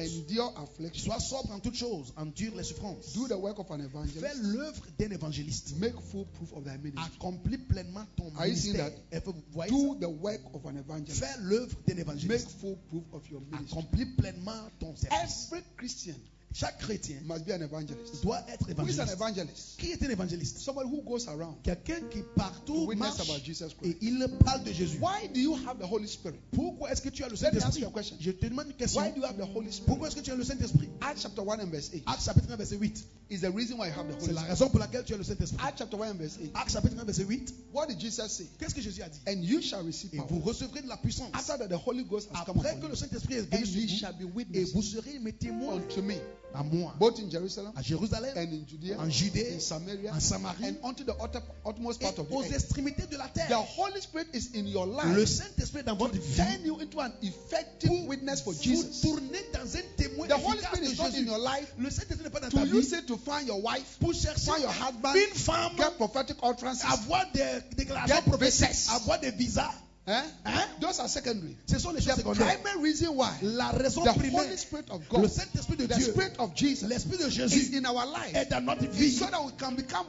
C: endure affliction,
E: sois sobre en toutes choses, endure les souffrances.
C: do the work of an
E: Fais
C: evangelist,
E: l'œuvre d'un évangéliste.
C: make full proof of thy ministry.
E: Accomplis pleinement ton
C: Are you seeing
E: ministère. Est-ce que vous voyez
C: Do the work of an
E: ça?
C: evangelist,
E: Fais l'œuvre d'un
C: make
E: évangéliste.
C: full proof of your ministry.
E: Accomplis pleinement ton service.
C: Every Christian
E: Chaque chrétien
C: must be an evangelist.
E: doit être
C: Who is an
E: évangéliste.
C: evangelist?
E: Qui est un évangéliste
C: Somebody who goes around
E: Quelqu'un qui
C: to
E: partout
C: witness about
E: marche
C: Jesus Christ.
E: et il parle de Jésus.
C: Why do you have the Holy Spirit?
E: Pourquoi est-ce que tu as le
C: Let me ask
E: Saint-Esprit
C: you a question.
E: Je te demande une question.
C: Why do you have the Holy Spirit?
E: Pourquoi est-ce que tu as le Saint-Esprit
C: Acts chapter 1 and verse 8
E: Acte chapitre 1, verset 8.
C: is the reason why you have the
E: C'est
C: Holy
E: la
C: Spirit.
E: raison pour laquelle tu as le Saint-Esprit.
C: Acts chapter 1 and verse 8.
E: Acte chapitre 1, verset 8.
C: What did Jesus say?
E: Qu'est-ce que Jésus a dit
C: And you shall receive
E: Et vous
C: power
E: recevrez de la puissance.
C: after that the Holy Ghost has come
E: Après
C: upon
E: que le
C: you.
E: Saint-Esprit est
C: And
E: venu
C: you
E: sur
C: shall
E: vous,
C: be
E: et vous
C: witnesses
E: serez mes témoins
C: unto me,
E: à moi,
C: both in Jerusalem
E: à Jérusalem,
C: and in Judea,
E: en Judée,
C: in Samaria,
E: en Samarie,
C: and unto the utter- utmost
E: et
C: part of the
E: aux
C: earth.
E: extrémités de la
C: The
E: terre.
C: Holy Spirit is in your
E: Le
C: life
E: Saint-Esprit est dans votre
C: to
E: vie.
C: turn you into an effective witness for
E: Vous
C: Jesus.
E: tournez dans un témoin
C: The Holy
E: efficace
C: Spirit is
E: de
C: not in
E: Jésus.
C: your life
E: Le Saint-Esprit n'est pas dans
C: to
E: ta
C: use
E: vie
C: it to find your wife,
E: pour chercher
C: find your husband,
E: une femme,
C: get prophetic utterances.
E: avoir des déclarations
C: Get
E: prophétiques,
C: visas.
E: avoir des visas.
C: Eh?
E: Hein?
C: Those are secondary.
E: Ce sont les choses
C: The
E: secondaires.
C: primary reason why
E: La raison
C: the Holy
E: primaire,
C: Spirit of
E: le
C: God,
E: Saint-Esprit de
C: the
E: Dieu,
C: Spirit of Jesus,
E: l'Esprit de
C: is
E: Jésus
C: in our life
E: est dans notre vie.
C: so that we can become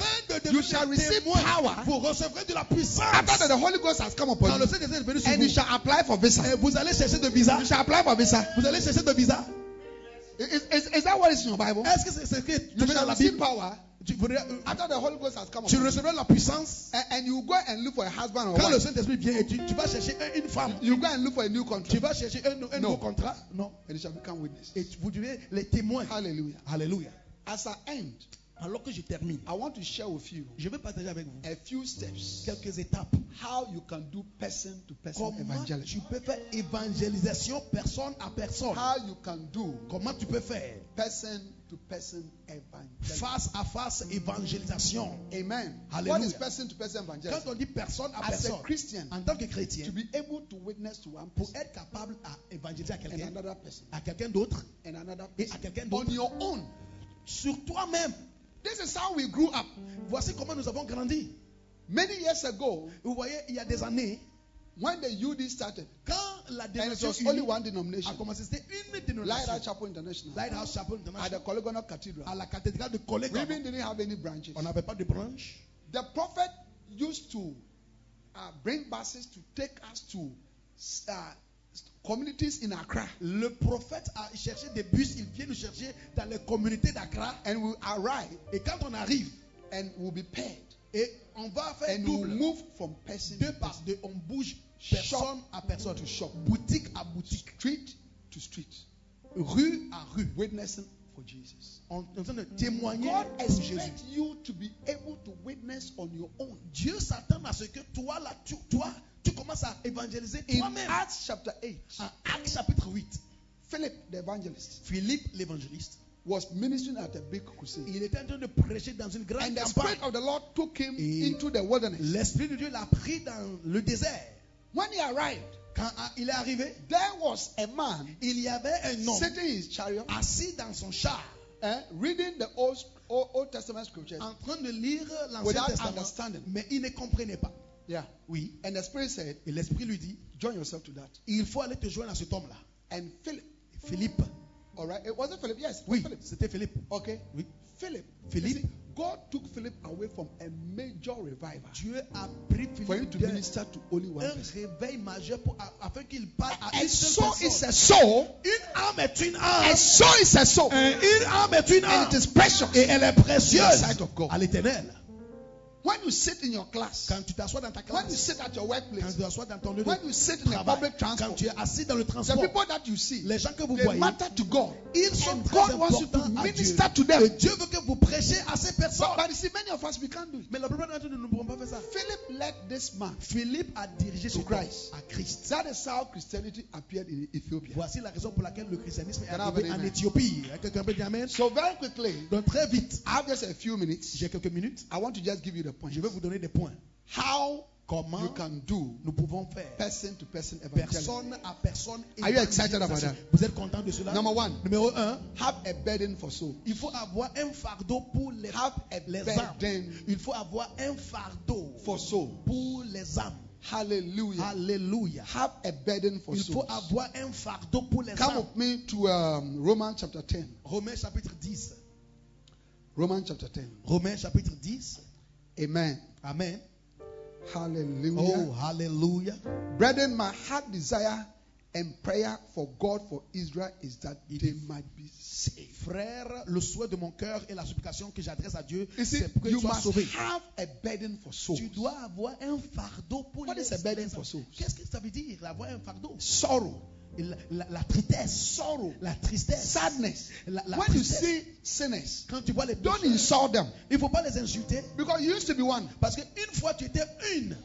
C: witnesses.
E: Afin de
C: You
E: devenir
C: shall
E: des
C: receive
E: témoins,
C: power
E: vous recevrez de la puissance.
C: After that, the Holy Ghost has come
E: Quand
C: upon
E: le
C: you,
E: Saint-Esprit est venu sur
C: and you
E: vous,
C: shall apply for
E: et
C: visa.
E: vous allez chercher de visa.
C: You shall apply for visa.
E: Vous allez chercher de visa.
C: Is, is, is that what is in your Bible?
E: Est-ce que c'est ce qui est
C: You
E: trouvé dans
C: shall
E: la
C: receive
E: Bible?
C: power
E: Tu, verrais-
C: after the uh, Holy Ghost has come
E: tu
C: upon you,
E: recevras la puissance.
C: and, and you go and look for a husband or
E: Quand le
C: wife.
E: Saint-Esprit vient, et tu, tu vas chercher un- une femme.
C: You go and look for a new
E: Tu
C: contract,
E: vas chercher un, un nouveau
C: No.
E: contrat. Non.
C: and you shall become witness.
E: Et tu- vous devenez les témoins.
C: Hallelujah.
E: Alléluia.
C: As I end,
E: Alors que je termine,
C: I want to share with you
E: je vais partager avec vous
C: a few steps
E: quelques étapes.
C: how you can do person to person
E: Comment tu
C: evangelism.
E: peux faire évangélisation personne à personne?
C: How you can do
E: Comment tu peux faire
C: person to person evangelism.
E: face à face évangélisation?
C: Amen. What is
E: Hallelujah.
C: person to person
E: Quand
C: evangelism?
E: on dit personne à
C: As a
E: personne,
C: Christian,
E: en tant que chrétien,
C: to be able to witness to one
E: pour
C: person
E: être capable à évangéliser à
C: and
E: quelqu'un,
C: another person
E: à quelqu'un d'autre
C: and another
E: et
C: person
E: à quelqu'un
C: on
E: d'autre,
C: your own.
E: sur toi-même.
C: This is how we grew up.
E: Voici comment nous avons grandi.
C: Many years ago,
E: Vous voyez, il y a des années,
C: when the UD started,
E: quand la
C: and it
E: dénomination
C: was only
E: unie
C: one
E: a
C: denomination,
E: commencé, c'était une
C: Lighthouse
E: dénomination.
C: Chapel International,
E: Lighthouse Chapel
C: at the
E: International,
C: Polygonal Cathedral,
E: à la cathédrale de Colette.
C: we even didn't have any branches.
E: On n'avait pas de branche.
C: The prophet used to uh, bring buses to take us to uh, communities in Accra,
E: Le prophète a cherché des bus, il vient nous chercher dans les communautés d'Accra.
C: and we arrive
E: Et quand on arrive,
C: and we'll be paired,
E: et on va faire
C: and we'll
E: double,
C: move from person
E: deux
C: to
E: par
C: person,
E: deux, on bouge
C: Shop
E: personne à personne,
C: to shop.
E: boutique à boutique,
C: street to street,
E: rue à rue.
C: witnessing for Jesus.
E: On est en train de témoigner
C: God
E: pour Jésus.
C: expects you to be able to witness on your own.
E: Dieu s'attend à ce que toi, là, tu, toi, tu commences à évangéliser
C: In
E: toi-même.
C: Acts chapter 8,
E: En Acte chapitre 8,
C: Philip the evangelist
E: Philippe l'évangéliste,
C: was ministering at a big crusade.
E: il était en train de prêcher dans une grande
C: And the
E: campagne.
C: Spirit of the Lord took him
E: Et-
C: into the wilderness.
E: L'Esprit de Dieu l'a pris dans le désert.
C: When he arrived,
E: Quand ah, il est arrivé,
C: there was a man
E: il y avait un homme Ah.
C: sitting in his chariot,
E: assis dans son char,
C: eh, reading the Old, Old, Old Testament scriptures.
E: en train de lire l'Ancien
C: Without
E: Testament,
C: understanding.
E: mais il ne comprenait pas.
C: Yeah.
E: Oui.
C: And the Spirit said,
E: Et l'Esprit lui dit,
C: Join yourself to that.
E: il faut aller te joindre à cet homme-là.
C: And Philip,
E: Philippe.
C: all right, it wasn't Philip, yes, it was
E: Oui,
C: Philip.
E: c'était Philippe.
C: Okay.
E: Oui.
C: Philip.
E: Philip.
C: You see, God took Philip away from a major revival
E: Dieu a pris
C: for him
E: Philippe
C: to
E: d'un
C: minister to only one
E: un
C: person.
E: réveil majeur pour- a- afin qu'il parle à
C: A
E: une seule
C: soul is
E: personne.
C: a soul.
E: Une âme est une âme.
C: A soul is a soul.
E: Un- Une âme est une âme.
C: And it is precious.
E: Et elle est
C: In the
E: précieuse
C: sight of God.
E: à l'éternel.
C: When you sit in your class,
E: Quand tu t'assois dans ta
C: when you
E: classe,
C: sit at your
E: quand
C: workplace,
E: tu t'assois dans ton lieu de
C: when you sit in the
E: travail,
C: public
E: quand
C: transport,
E: tu es assis dans le
C: the
E: transport,
C: people that you see,
E: les gens que vous
C: they
E: voyez,
C: matter to God.
E: ils sont
C: And
E: très
C: God wants you to
E: importants à Dieu.
C: minister to them.
E: Et Dieu veut que vous prêchiez à ces personnes.
C: But, but you see, many of us, we can't do it.
E: Mais la plupart d'entre nous ne pourrons pas faire ça.
C: Philip led this man.
E: Philippe a dirigé son
C: To
E: corps
C: Christ.
E: à Christ.
C: That is how Christianity appeared in Ethiopia.
E: Voici la raison pour laquelle le christianisme est
C: Can I
E: arrivé
C: have an
E: en
C: amen?
E: Éthiopie. Quelqu'un peut dire Amen
C: So, very quickly,
E: Donc très vite,
C: I have just a few minutes.
E: j'ai quelques minutes,
C: I want to just give you the point.
E: je vais vous donner des points.
C: How
E: Comment
C: you can do
E: nous pouvons faire
C: person to person evangelism.
E: personne à personne
C: Are you excited about
E: évangélisation.
C: that?
E: Vous êtes content de cela
C: Number one,
E: Numéro 1,
C: have a burden for soul.
E: il faut avoir un fardeau pour les,
C: Have a
E: les âmes.
C: burden
E: Il faut avoir un fardeau
C: for soul.
E: pour les âmes.
C: Hallelujah.
E: Alléluia.
C: Have a burden for
E: Il
C: soul.
E: faut avoir un fardeau pour les
C: Come
E: âmes.
C: with me to um, Romans chapter 10.
E: Romains chapitre 10.
C: Romans chapter 10.
E: Romains chapitre 10.
C: Amen.
E: Amen. Oh,
C: Hallelujah.
E: alléluia.
C: Brethren, my heart desire and prayer for God for Israel is that
E: It
C: they
E: is-
C: might be saved.
E: Frère, le souhait de mon cœur et la supplication que j'adresse à Dieu,
C: You see,
E: c'est pour que
C: you
E: tu sois
C: must
E: sauvé.
C: have a burden for souls.
E: Tu dois avoir un fardeau pour
C: What
E: les
C: is a burden
E: les-
C: for souls?
E: Qu'est-ce que ça veut dire, avoir un fardeau
C: Sorrow,
E: la, la- la tristesse.
C: sorrow,
E: La tristesse.
C: sadness.
E: La, la
C: When you
E: tristesse.
C: see sinners,
E: Quand tu vois les
C: don't
E: pécheurs,
C: insult them
E: il ne faut pas les insulter.
C: because you used to be one.
E: Parce qu'une fois tu étais une.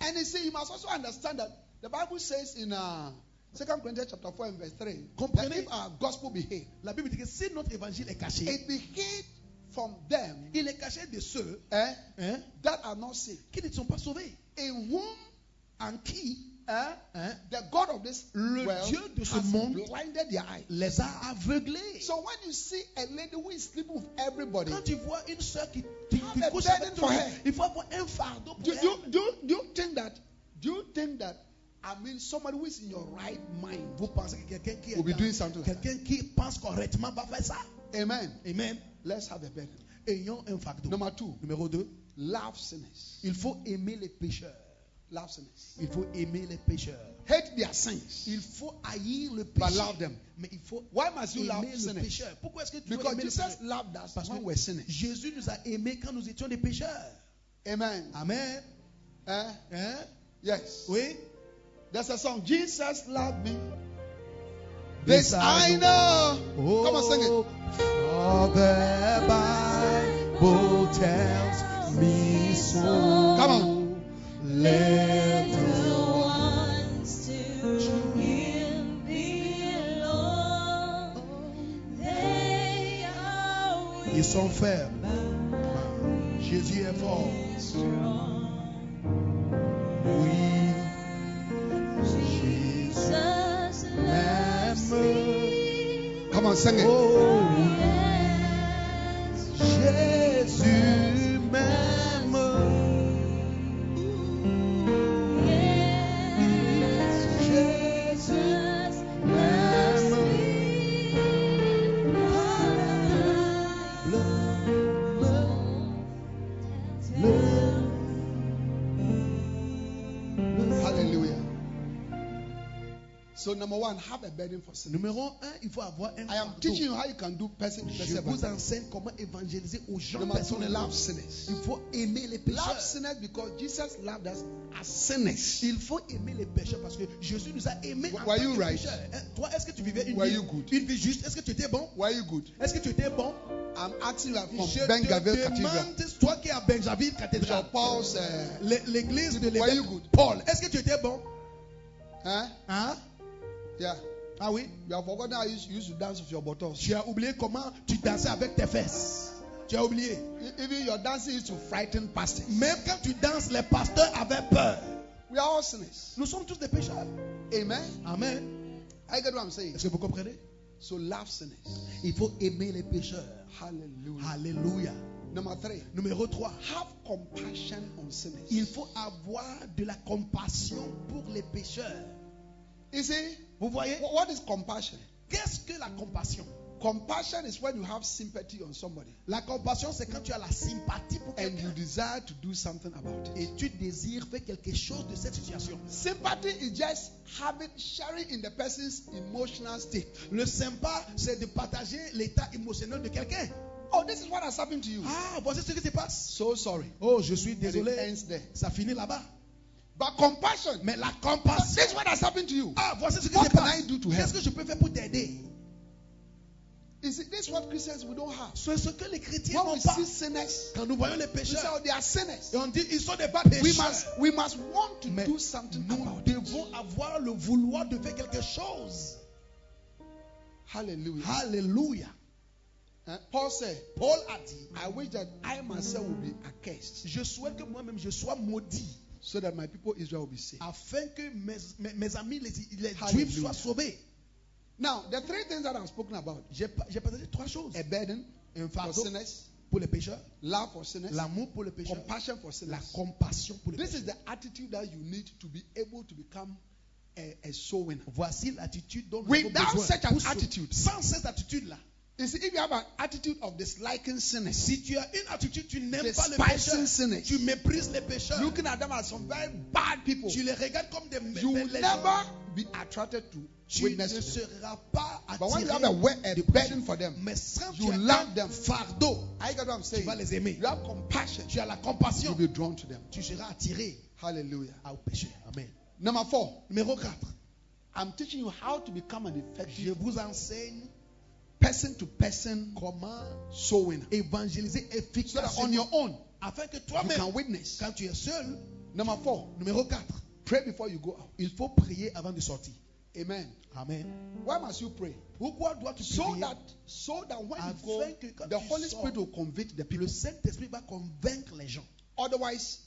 C: And you see, you must also understand that the Bible says in uh, 2 Corinthians chapter 4 and verse 3 that
E: Comprenez.
C: if our gospel be hid,
E: La Bible dit que si notre évangile est caché,
C: it be hid from them
E: il est caché de ceux
C: eh,
E: hein,
C: that are not saved,
E: qui ne sont pas sauvés.
C: in whom
E: En qui
C: eh,
E: hein,
C: the God of this
E: Le
C: world
E: Dieu de ce
C: has
E: monde.
C: blinded their eyes.
E: Ah, les a aveuglés.
C: So when you see a lady who is sleeping with everybody,
E: Quand tu vois une soeur qui, qui, qui
C: a
E: couche
C: burden
E: avec toi,
C: for her.
E: il faut avoir un fardeau pour
C: do, do,
E: elle.
C: do, do you think that? Do you think that? I mean, somebody who is in your right mind.
E: Vous pensez que quelqu'un qui, est
C: We'll be
E: dans-
C: doing something like
E: quelqu'un qui pense correctement va faire ça.
C: Amen.
E: Amen.
C: Let's have a burden.
E: Ayons un fardeau.
C: Number two,
E: Numéro 2.
C: love sinners.
E: Il faut aimer les pécheurs.
C: Love sinners.
E: Il faut aimer les pécheurs.
C: Hate their sins.
E: Il faut haïr le
C: But
E: péché.
C: love them.
E: Mais il faut
C: Why must you love
E: aimer le
C: sinners?
E: pécheur. Pourquoi est-ce que tu dois
C: Because
E: aimer le
C: Jesus
E: pécheur?
C: loved us
E: Parce
C: when
E: que
C: we're sinners.
E: Jésus nous a aimés quand nous étions des pécheurs.
C: Amen.
E: Amen.
C: Eh?
E: Hein?
C: Yes.
E: Oui.
C: There's a song. Jesus loved me.
E: This
C: This
E: I
C: I know.
E: Oh,
C: Come on, sing it.
E: for the Bible tells me so.
C: Come on.
E: Let Ils sont faibles. Jésus est fort. Oui, même.
C: Come on, sing it.
E: Oh, oui. Jésus m'aime. Jésus m'aime. Le, le, le.
C: Hallelujah. So number one, have a burden for sinners.
E: Numéro 1, il faut avoir un
C: I am
E: fardeau.
C: teaching you how you can do person to
E: Je
C: person.
E: vous
C: evangelism.
E: enseigne comment évangéliser aux gens
C: Number two,
E: personnellement.
C: love sinners.
E: Il faut aimer les pécheurs.
C: Love sinners because Jesus loved us as sinners.
E: Il faut aimer les pécheurs parce que Jésus nous a aimés en
C: Were
E: tant
C: you
E: que
C: right?
E: pécheurs. Hein, Toi, est-ce que tu vivais une
C: Were
E: vie,
C: you good?
E: une vie juste Est-ce que tu étais bon
C: Were you good?
E: Est-ce que tu étais bon
C: I'm asking you are from
E: Je
C: Bengaville
E: te
C: Cathedral.
E: demande, toi qui es à Benjaville
C: Bishop
E: cathédrale,
C: Paul's, uh,
E: l'é- l'église de
C: Were you
E: l'évêque
C: good?
E: Paul, est-ce que tu étais bon
C: huh?
E: Hein
C: Yeah.
E: Ah oui
C: You have forgotten how you used you used to dance with your bottles.
E: Tu as oublié comment tu dansais avec tes fesses. Tu as oublié.
C: E- Even your dancing used to frighten pastors.
E: Même quand tu danses, les pasteurs avaient peur.
C: We are all sinners.
E: Nous sommes tous des pécheurs.
C: Amen.
E: Amen.
C: I get what I'm saying.
E: Est-ce que vous comprenez
C: So love sinners.
E: Il faut aimer les pécheurs.
C: Hallelujah.
E: Alléluia.
C: Number three,
E: Numéro 3.
C: have compassion on sinners.
E: Il faut avoir de la compassion pour les pécheurs.
C: You see,
E: Vous voyez
C: wh- what is compassion?
E: Qu'est-ce que la compassion
C: Compassion is when you have sympathy on somebody
E: La compassion, c'est quand tu as la sympathie pour
C: and you
E: quelqu'un
C: desire to do something about it.
E: et tu désires faire quelque chose de cette situation.
C: Sympathy is just having sharing in the person's emotional state.
E: Le sympa, c'est de partager l'état émotionnel de quelqu'un.
C: Oh, this is what has happened to you.
E: Ah, voici ce qui se passe.
C: So sorry.
E: Oh, je suis
C: And it
E: désolé.
C: ends there.
E: Ça finit là-bas.
C: But compassion.
E: Mais la
C: But
E: compassion.
C: this is what has happened to you.
E: Ah, voici ce qui
C: What
E: se
C: can
E: passe.
C: I do to help?
E: Qu'est-ce que je peux faire pour t'aider?
C: Is it this is what Christians we don't have?
E: C'est ce que les chrétiens
C: When
E: n'ont
C: we
E: pas.
C: see sinners,
E: Quand nous voyons les
C: we say
E: pécheurs,
C: oh, they are sinners.
E: et on dit ils sont des pas
C: We
E: pécheurs.
C: must we must want to
E: Mais
C: do something
E: nous
C: about it.
E: devons avoir le vouloir de faire quelque chose.
C: Hallelujah.
E: Alléluia.
C: Eh, Paul said,
E: Paul a dit,
C: I wish that I myself will be accursed,
E: je souhaite que moi-même je sois maudit
C: so that my people Israel will be saved.
E: afin que mes, mes- mes amis les, les
C: Alléluia.
E: juifs soient sauvés.
C: Now, the three things that I've spoken about:
E: J'ai pa- j'ai partagé trois choses.
C: a burden
E: Un
C: for
E: fardeau
C: sinners,
E: pour les pécheurs,
C: love for sinners,
E: l'amour pour les pécheurs,
C: compassion for
E: la
C: sinners.
E: compassion pour les
C: This is
E: pécheurs.
C: the attitude that you need to be able to become a, a soul winner.
E: Voici l'attitude dont nous avons
C: Without
E: besoin.
C: such an
E: pour sauver.
C: attitude.
E: sans cette attitude-là,
C: You see, if you have an attitude of disliking sinners,
E: si tu as une attitude, tu n'aimes pas les
C: Despising
E: pécheurs,
C: sinners.
E: tu méprises les pécheurs,
C: looking at them as some very bad people,
E: tu les regardes comme des
C: you will
E: les gens.
C: never be attracted to
E: tu ne
C: witness. to them.
E: seras pas
C: But when you
E: attiré.
C: have a, we- a burden for them,
E: Mais sans
C: you
E: tu as
C: love
E: un
C: them.
E: fardeau,
C: I got what I'm
E: tu
C: saying.
E: vas les aimer.
C: You have compassion.
E: Tu as la
C: You'll
E: compassion,
C: be drawn to them.
E: tu seras attiré
C: Hallelujah.
E: au péché. Amen.
C: Number four,
E: Numéro 4.
C: I'm teaching you how to become an
E: Je
C: effective
E: vous enseigne
C: person to person
E: comment
C: soul winner.
E: évangéliser
C: So that
E: efficacement
C: on your own,
E: afin que
C: you
E: toi-même,
C: can witness.
E: quand tu es seul,
C: Number four,
E: numéro 4,
C: pray before you go out.
E: il faut prier avant de sortir.
C: Amen.
E: Amen.
C: Why must you pray?
E: Pourquoi dois-tu
C: So
E: prier
C: that so that when you
E: afin que
C: go,
E: quand
C: the
E: tu
C: Holy
E: sors,
C: Spirit will convict the people.
E: le Saint-Esprit va convaincre les gens.
C: Otherwise,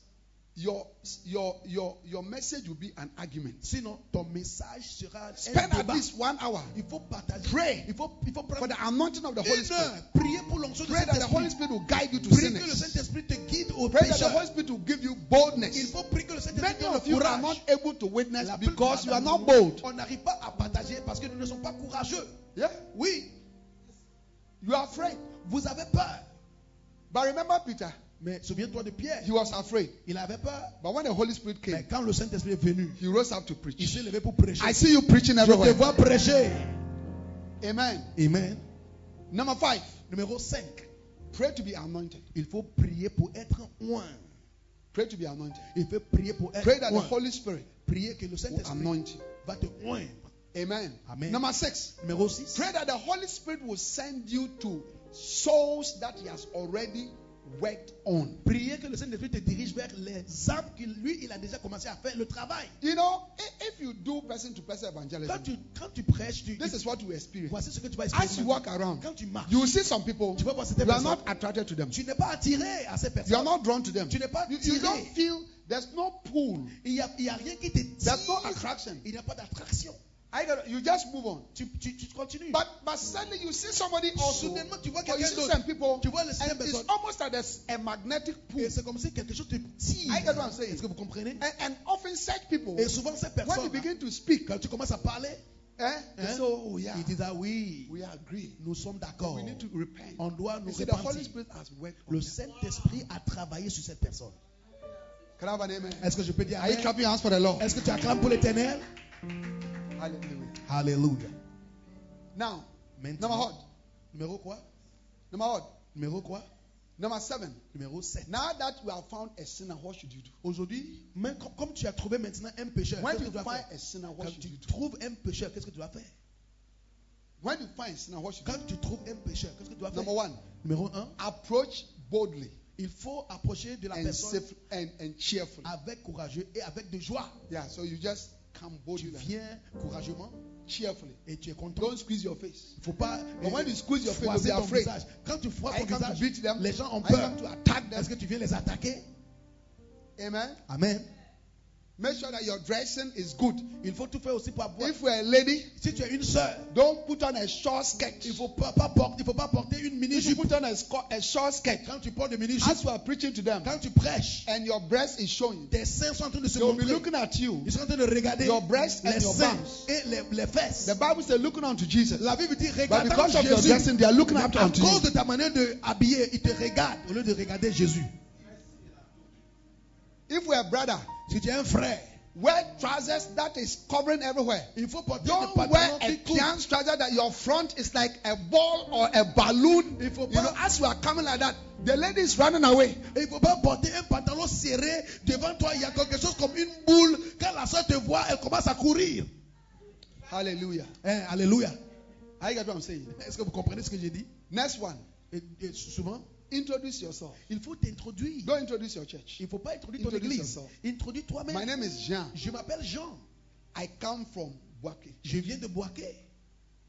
C: your your your your message will be an argument.
E: Sinon, ton message sera un
C: Spend at
E: débat.
C: least one hour
E: Il faut partager.
C: Pray.
E: Il faut, il faut
C: for
E: prendre
C: the anointing of the Holy
E: une
C: Spirit.
E: heure. Prier pour l'onction du
C: Pray that the Holy
E: Saint-Esprit.
C: Spirit will guide you to
E: Pray que le
C: sinners.
E: Saint-Esprit te guide au
C: Pray that the Holy
E: pécheur.
C: Spirit will give you
E: Il
C: boldness.
E: faut prier que le Saint-Esprit
C: Many of
E: te
C: you are
E: encourage.
C: not able to witness
E: La plupart
C: because you are
E: d'entre
C: not
E: nous,
C: bold.
E: On n'arrive pas à partager parce que nous ne sommes pas courageux.
C: Yeah?
E: Oui,
C: You are afraid.
E: vous avez peur.
C: But remember Peter,
E: Mais souviens-toi de Pierre.
C: he was afraid.
E: Il avait peur.
C: But when the Holy Spirit
E: Mais
C: came,
E: quand le Saint-Esprit est venu,
C: he rose up to
E: il
C: preach.
E: s'est levé pour prêcher.
C: I see you preaching
E: Je te
C: everywhere.
E: vois prêcher.
C: Amen.
E: Amen.
C: Number five,
E: Numéro 5.
C: pray to be anointed.
E: Il faut prier pour être oint.
C: Pray to be anointed.
E: Il faut prier pour être
C: Pray that the
E: oint.
C: Holy Spirit
E: Prier que le
C: will
E: Saint-Esprit
C: anoint you.
E: va te oindre.
C: Amen.
E: Amen.
C: Number six,
E: Numéro 6.
C: pray that the Holy Spirit will send you to souls that He has already worked on.
E: Prier que le Saint-Esprit te dirige vers les âmes que lui, il a déjà commencé à faire le travail.
C: You know, i- if you do person to person
E: Quand
C: evangelism,
E: tu, quand tu prêches, tu,
C: this is what you experience.
E: voici ce que tu vas
C: As
E: expérimenter.
C: you walk around,
E: Quand tu marches,
C: you will see some people,
E: tu vas voir certaines
C: you are
E: personnes.
C: not attracted to them.
E: Tu n'es pas attiré à ces
C: You are
E: personnes.
C: not drawn to them.
E: Tu n'es pas
C: You, you
E: attiré.
C: don't feel there's no pull.
E: Il n'y a, il y a rien qui te
C: There's no
E: tire.
C: attraction.
E: Il n'y a pas d'attraction.
C: I got you just move on.
E: Tu, tu, tu continues.
C: But but suddenly you see somebody also,
E: soudainement, tu vois
C: or you
E: quelqu'un
C: see
E: d'autre.
C: some people,
E: Tu vois les certaines
C: and it's
E: personnes.
C: almost like there's a magnetic pull.
E: Et c'est comme si quelque chose te tire.
C: I get what I'm saying.
E: Est-ce que vous comprenez?
C: And, and often such people,
E: Et souvent, ces
C: when you
E: personnes,
C: begin to speak,
E: quand tu commences à parler,
C: eh, they
E: hein,
C: say, oh yeah,
E: ils disent Ah oui,
C: we agree.
E: nous sommes d'accord.
C: We need to repent.
E: On doit nous
C: You see, the Holy
E: repentir.
C: Spirit has worked on
E: Le
C: them.
E: Saint-Esprit a travaillé sur cette personne.
C: Can I have an amen?
E: Est-ce que je peux dire
C: Are you
E: Amen?
C: clapping your hands for the Lord?
E: Est-ce que tu acclames pour l'éternel?
C: Hallelujah.
E: Alléluia.
C: Now, number
E: Maintenant,
C: what?
E: numéro quoi?
C: Number what?
E: Numéro quoi?
C: Number seven.
E: Numéro 7.
C: Now that you have found a sinner, what should you do?
E: Aujourd'hui, même com- comme tu as trouvé maintenant un pécheur,
C: When
E: qu'est-ce que
C: you
E: tu dois
C: find
E: faire?
C: a sinner, what
E: Quand
C: should you
E: tu
C: do?
E: trouves un pécheur, qu'est-ce que tu dois faire?
C: When you find a sinner, what should you
E: Quand tu trouves un pécheur, qu'est-ce que tu dois
C: do?
E: faire?
C: Number one,
E: Numéro 1,
C: approach boldly
E: il faut approcher de la
C: and,
E: personne
C: safe, and, and cheerfully.
E: avec courageux et avec de joie.
C: Yeah, so you just come boldly,
E: Tu
C: like
E: viens courageusement
C: that, cheerfully.
E: et tu es content.
C: Don't squeeze your face.
E: Il faut pas
C: But when you squeeze your face, you'll
E: froisser
C: be
E: ton
C: afraid.
E: visage. Quand tu froisses
C: Are
E: ton
C: you come to
E: visage,
C: beat them?
E: les gens ont
C: Are you
E: peur.
C: come to attack them?
E: Est-ce que tu viens les attaquer?
C: Amen.
E: Amen.
C: Make sure that your dressing is good.
E: Il faut tout faire aussi pour avoir.
C: If you're a lady,
E: Si tu es une sœur,
C: don't put on a short skirt.
E: il faut pas, pas porter, il faut pas porter une mini
C: If you
E: jupe.
C: put on a, sco- a short skirt,
E: Quand tu portes des mini jupes,
C: as you are preaching to them,
E: quand tu prêches,
C: and your breast is showing,
E: tes seins sont en train de se
C: they will be
E: montrer.
C: looking at you.
E: Ils sont en train de regarder
C: Your breast and
E: les
C: your
E: seins
C: bums.
E: et les, les fesses.
C: The Bible says, looking unto Jesus.
E: La Bible dit
C: But
E: regarde
C: because of your
E: Jésus.
C: dressing, they are looking
E: Mais
C: up
E: à
C: unto
E: cause de
C: you.
E: ta manière de habiller, ils te regardent au lieu de regarder Jésus.
C: If we're a brother,
E: Si tu es un frère,
C: Wear trousers that is covering everywhere.
E: Il faut porter des
C: Don't wear
E: pantalons
C: a
E: qui couvrent.
C: Kian's trouser that your front is like a ball or a balloon.
E: Il faut
C: You know,
E: pas-
C: as you are coming like that, the lady is running away.
E: Et il ne faut pas porter un pantalon serré devant toi. Il y a quelque chose comme une boule. Quand la soeur te voit, elle commence à courir.
C: Hallelujah.
E: Hein, alléluia.
C: I get what I'm saying.
E: Est-ce que vous comprenez ce que j'ai dit
C: Next one.
E: Et- et Souvent,
C: Introduce yourself.
E: il faut t'introduire.
C: Don't introduce your church.
E: Il ne faut pas introduire ton
C: Introduce
E: église.
C: yourself.
E: Introduis
C: My
E: toi-même.
C: name is Jean.
E: Je m'appelle Jean.
C: I come from Boaké.
E: Je viens de Boaké.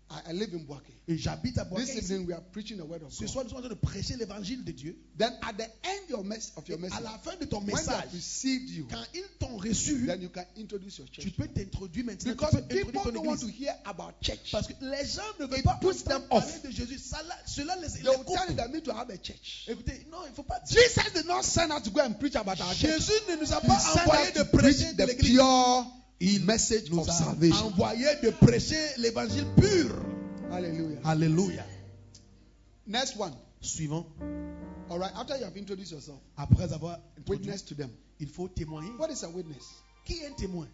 C: I, I live in Boaké.
E: Et j'habite à Boaké.
C: This
E: ici.
C: evening we are preaching the word of
E: Ce
C: God.
E: soir, nous sommes en train de prêcher l'évangile de Dieu.
C: Then at the end your mess of your
E: Et à
C: message,
E: la fin de ton
C: when they have
E: message,
C: received you,
E: quand ils t'ont reçu,
C: then you can introduce your
E: tu
C: church.
E: peux t'introduire maintenant. Tu
C: Because
E: peux
C: people
E: introduire ton
C: don't want to
E: église.
C: hear about church.
E: Parce que les gens ne veulent
C: It
E: pas
C: puts
E: entendre
C: them
E: parler
C: off.
E: de Jésus. Ça, là- cela les,
C: They
E: les
C: will
E: coupe.
C: tell you that me to have a church.
E: Écoutez, non, il ne faut pas dire.
C: Jesus did not send us to go and preach about our church.
E: Jésus ne nous a
C: He
E: pas
C: sent us
E: envoyé de
C: to preach
E: prêcher de
C: the
E: l'église.
C: pure message
E: Il
C: of
E: nous a
C: salvation.
E: envoyé de prêcher l'évangile pur.
C: Hallelujah.
E: Alléluia.
C: Next one.
E: Suivant,
C: All right. After you have introduced yourself,
E: après avoir introduit,
C: witness to them.
E: il faut témoigner.
C: What is a witness?
E: Qui est un témoin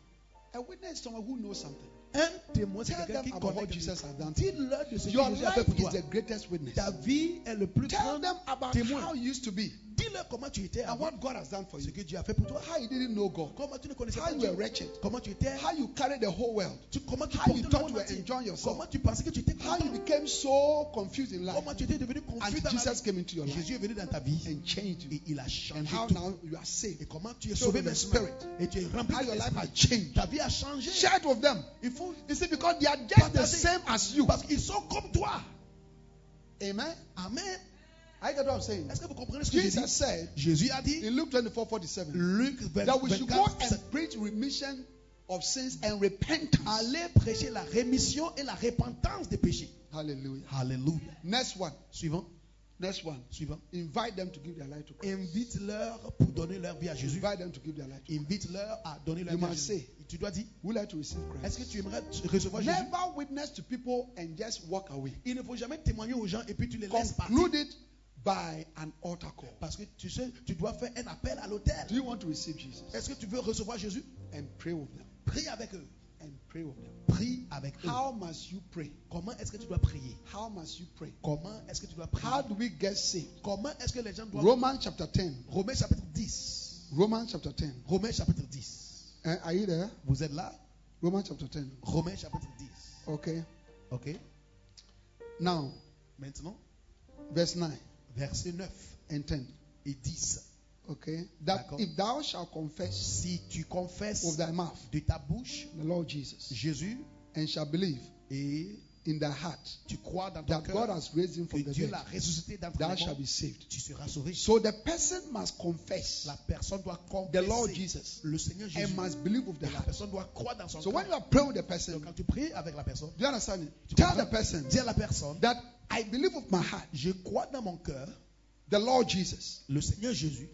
C: A witness is someone who knows something.
E: Un témoin, c'est
C: Tell
E: quelqu'un
C: them
E: qui
C: about
E: connaît
C: what
E: Jésus.
C: Jesus has done.
E: Dis-leur de ce
C: Your
E: que Jésus a
C: life
E: fait pour
C: is
E: toi.
C: the greatest witness.
E: Ta vie est le plus
C: Tell
E: grand
C: them about how
E: témoin.
C: you used to be
E: Dis-leur comment tu étais
C: and
E: avant,
C: what God has done for
E: ce
C: you.
E: que Dieu a fait pour toi.
C: How you didn't know God.
E: Comment tu ne connaissais
C: How
E: pas
C: you
E: Dieu.
C: were wretched.
E: Comment tu étais.
C: How you carried the whole world.
E: Tu, comment tu
C: How you
E: portais le
C: thought
E: monde
C: you were
E: entier.
C: enjoying yourself.
E: Comment tu pensais que tu étais
C: How you
E: content.
C: became so confused in life.
E: Comment tu étais devenu confus
C: And
E: dans la
C: Jesus
E: vie.
C: came into your life
E: Jésus est venu dans ta vie
C: and changed you.
E: et il a
C: And
E: changé
C: how
E: tout.
C: now you are saved.
E: Et comment tu es
C: So
E: sauvé
C: with the
E: maintenant
C: Spirit,
E: et tu es
C: How
E: rempli de
C: your life has
E: l'esprit.
C: changed.
E: Ta vie a changé.
C: Share it with them.
E: Il faut
C: You see, because they are just the
E: Partager.
C: same as you.
E: parce qu'ils sont comme toi.
C: Amen.
E: Amen.
C: I get what I'm saying.
E: Est-ce que vous comprenez ce que Jésus
C: Jesus
E: dit?
C: said
E: Jésus a dit
C: in Luke 24 47
E: Luc
C: that we should go
E: 24,
C: and preach remission of sins and repentance.
E: allez prêcher la rémission et la repentance des péchés.
C: Hallelujah.
E: Alléluia.
C: Next one.
E: Suivant,
C: Next one.
E: suivant.
C: Invite them to give their life to Christ.
E: Invite-leur pour donner leur vie à Jésus.
C: Invite them to give their life to Christ.
E: Invite-leur à donner leur
C: You
E: vie à
C: must
E: Jésus.
C: say.
E: Tu dois dire,
C: Would like to receive
E: est-ce
C: Christ.
E: que tu aimerais recevoir Jésus?
C: Never witness to people and just walk away.
E: Il ne faut jamais témoigner aux gens et puis tu les laisses partir.
C: Conclude it by an altar call.
E: Parce que tu sais, tu dois faire un appel à l'autel.
C: Do you want to receive Jesus?
E: Est-ce que tu veux recevoir Jésus?
C: And pray with them.
E: Prie avec eux.
C: And pray with them.
E: Prie avec eux.
C: How must you pray?
E: Comment est-ce que tu dois prier?
C: How must you pray?
E: Comment est-ce que tu dois
C: How
E: prier?
C: do we get saved?
E: Comment est-ce que les gens doivent.
C: Romans chapter 10.
E: Romains chapitre 10.
C: Romans chapter 10.
E: Romains chapitre 10.
C: Uh, are you there?
E: Vous êtes là?
C: Romans chapter 10.
E: Romains chapitre 10.
C: Okay.
E: Ok?
C: Now,
E: Maintenant,
C: verse 9
E: verset 9
C: and 10.
E: et 10.
C: Okay. That
E: D'accord.
C: if thou shalt confess
E: Si tu confesses
C: with thy mouth
E: de ta bouche
C: the Lord Jesus
E: Jésus
C: and shall believe
E: et
C: in thy heart
E: tu crois dans ton
C: that God
E: cœur
C: has raised him
E: que
C: from the
E: Dieu
C: dead,
E: l'a ressuscité d'entre
C: thou
E: les
C: shalt
E: morts,
C: be saved.
E: tu seras sauvé.
C: So the person must confess
E: La personne doit
C: the Lord
E: confesser
C: Jesus
E: le Seigneur Jésus.
C: and must believe with the
E: Et la
C: heart.
E: personne doit croire dans son
C: So when
E: cœur.
C: you are praying with the
E: Donc,
C: person,
E: quand tu pries avec la personne,
C: do you understand
E: Tu
C: it? Tell the
E: comprends?
C: person
E: dis à la personne
C: that I believe with my heart
E: Je crois dans mon cœur
C: the Lord Jesus.
E: le Seigneur Jésus.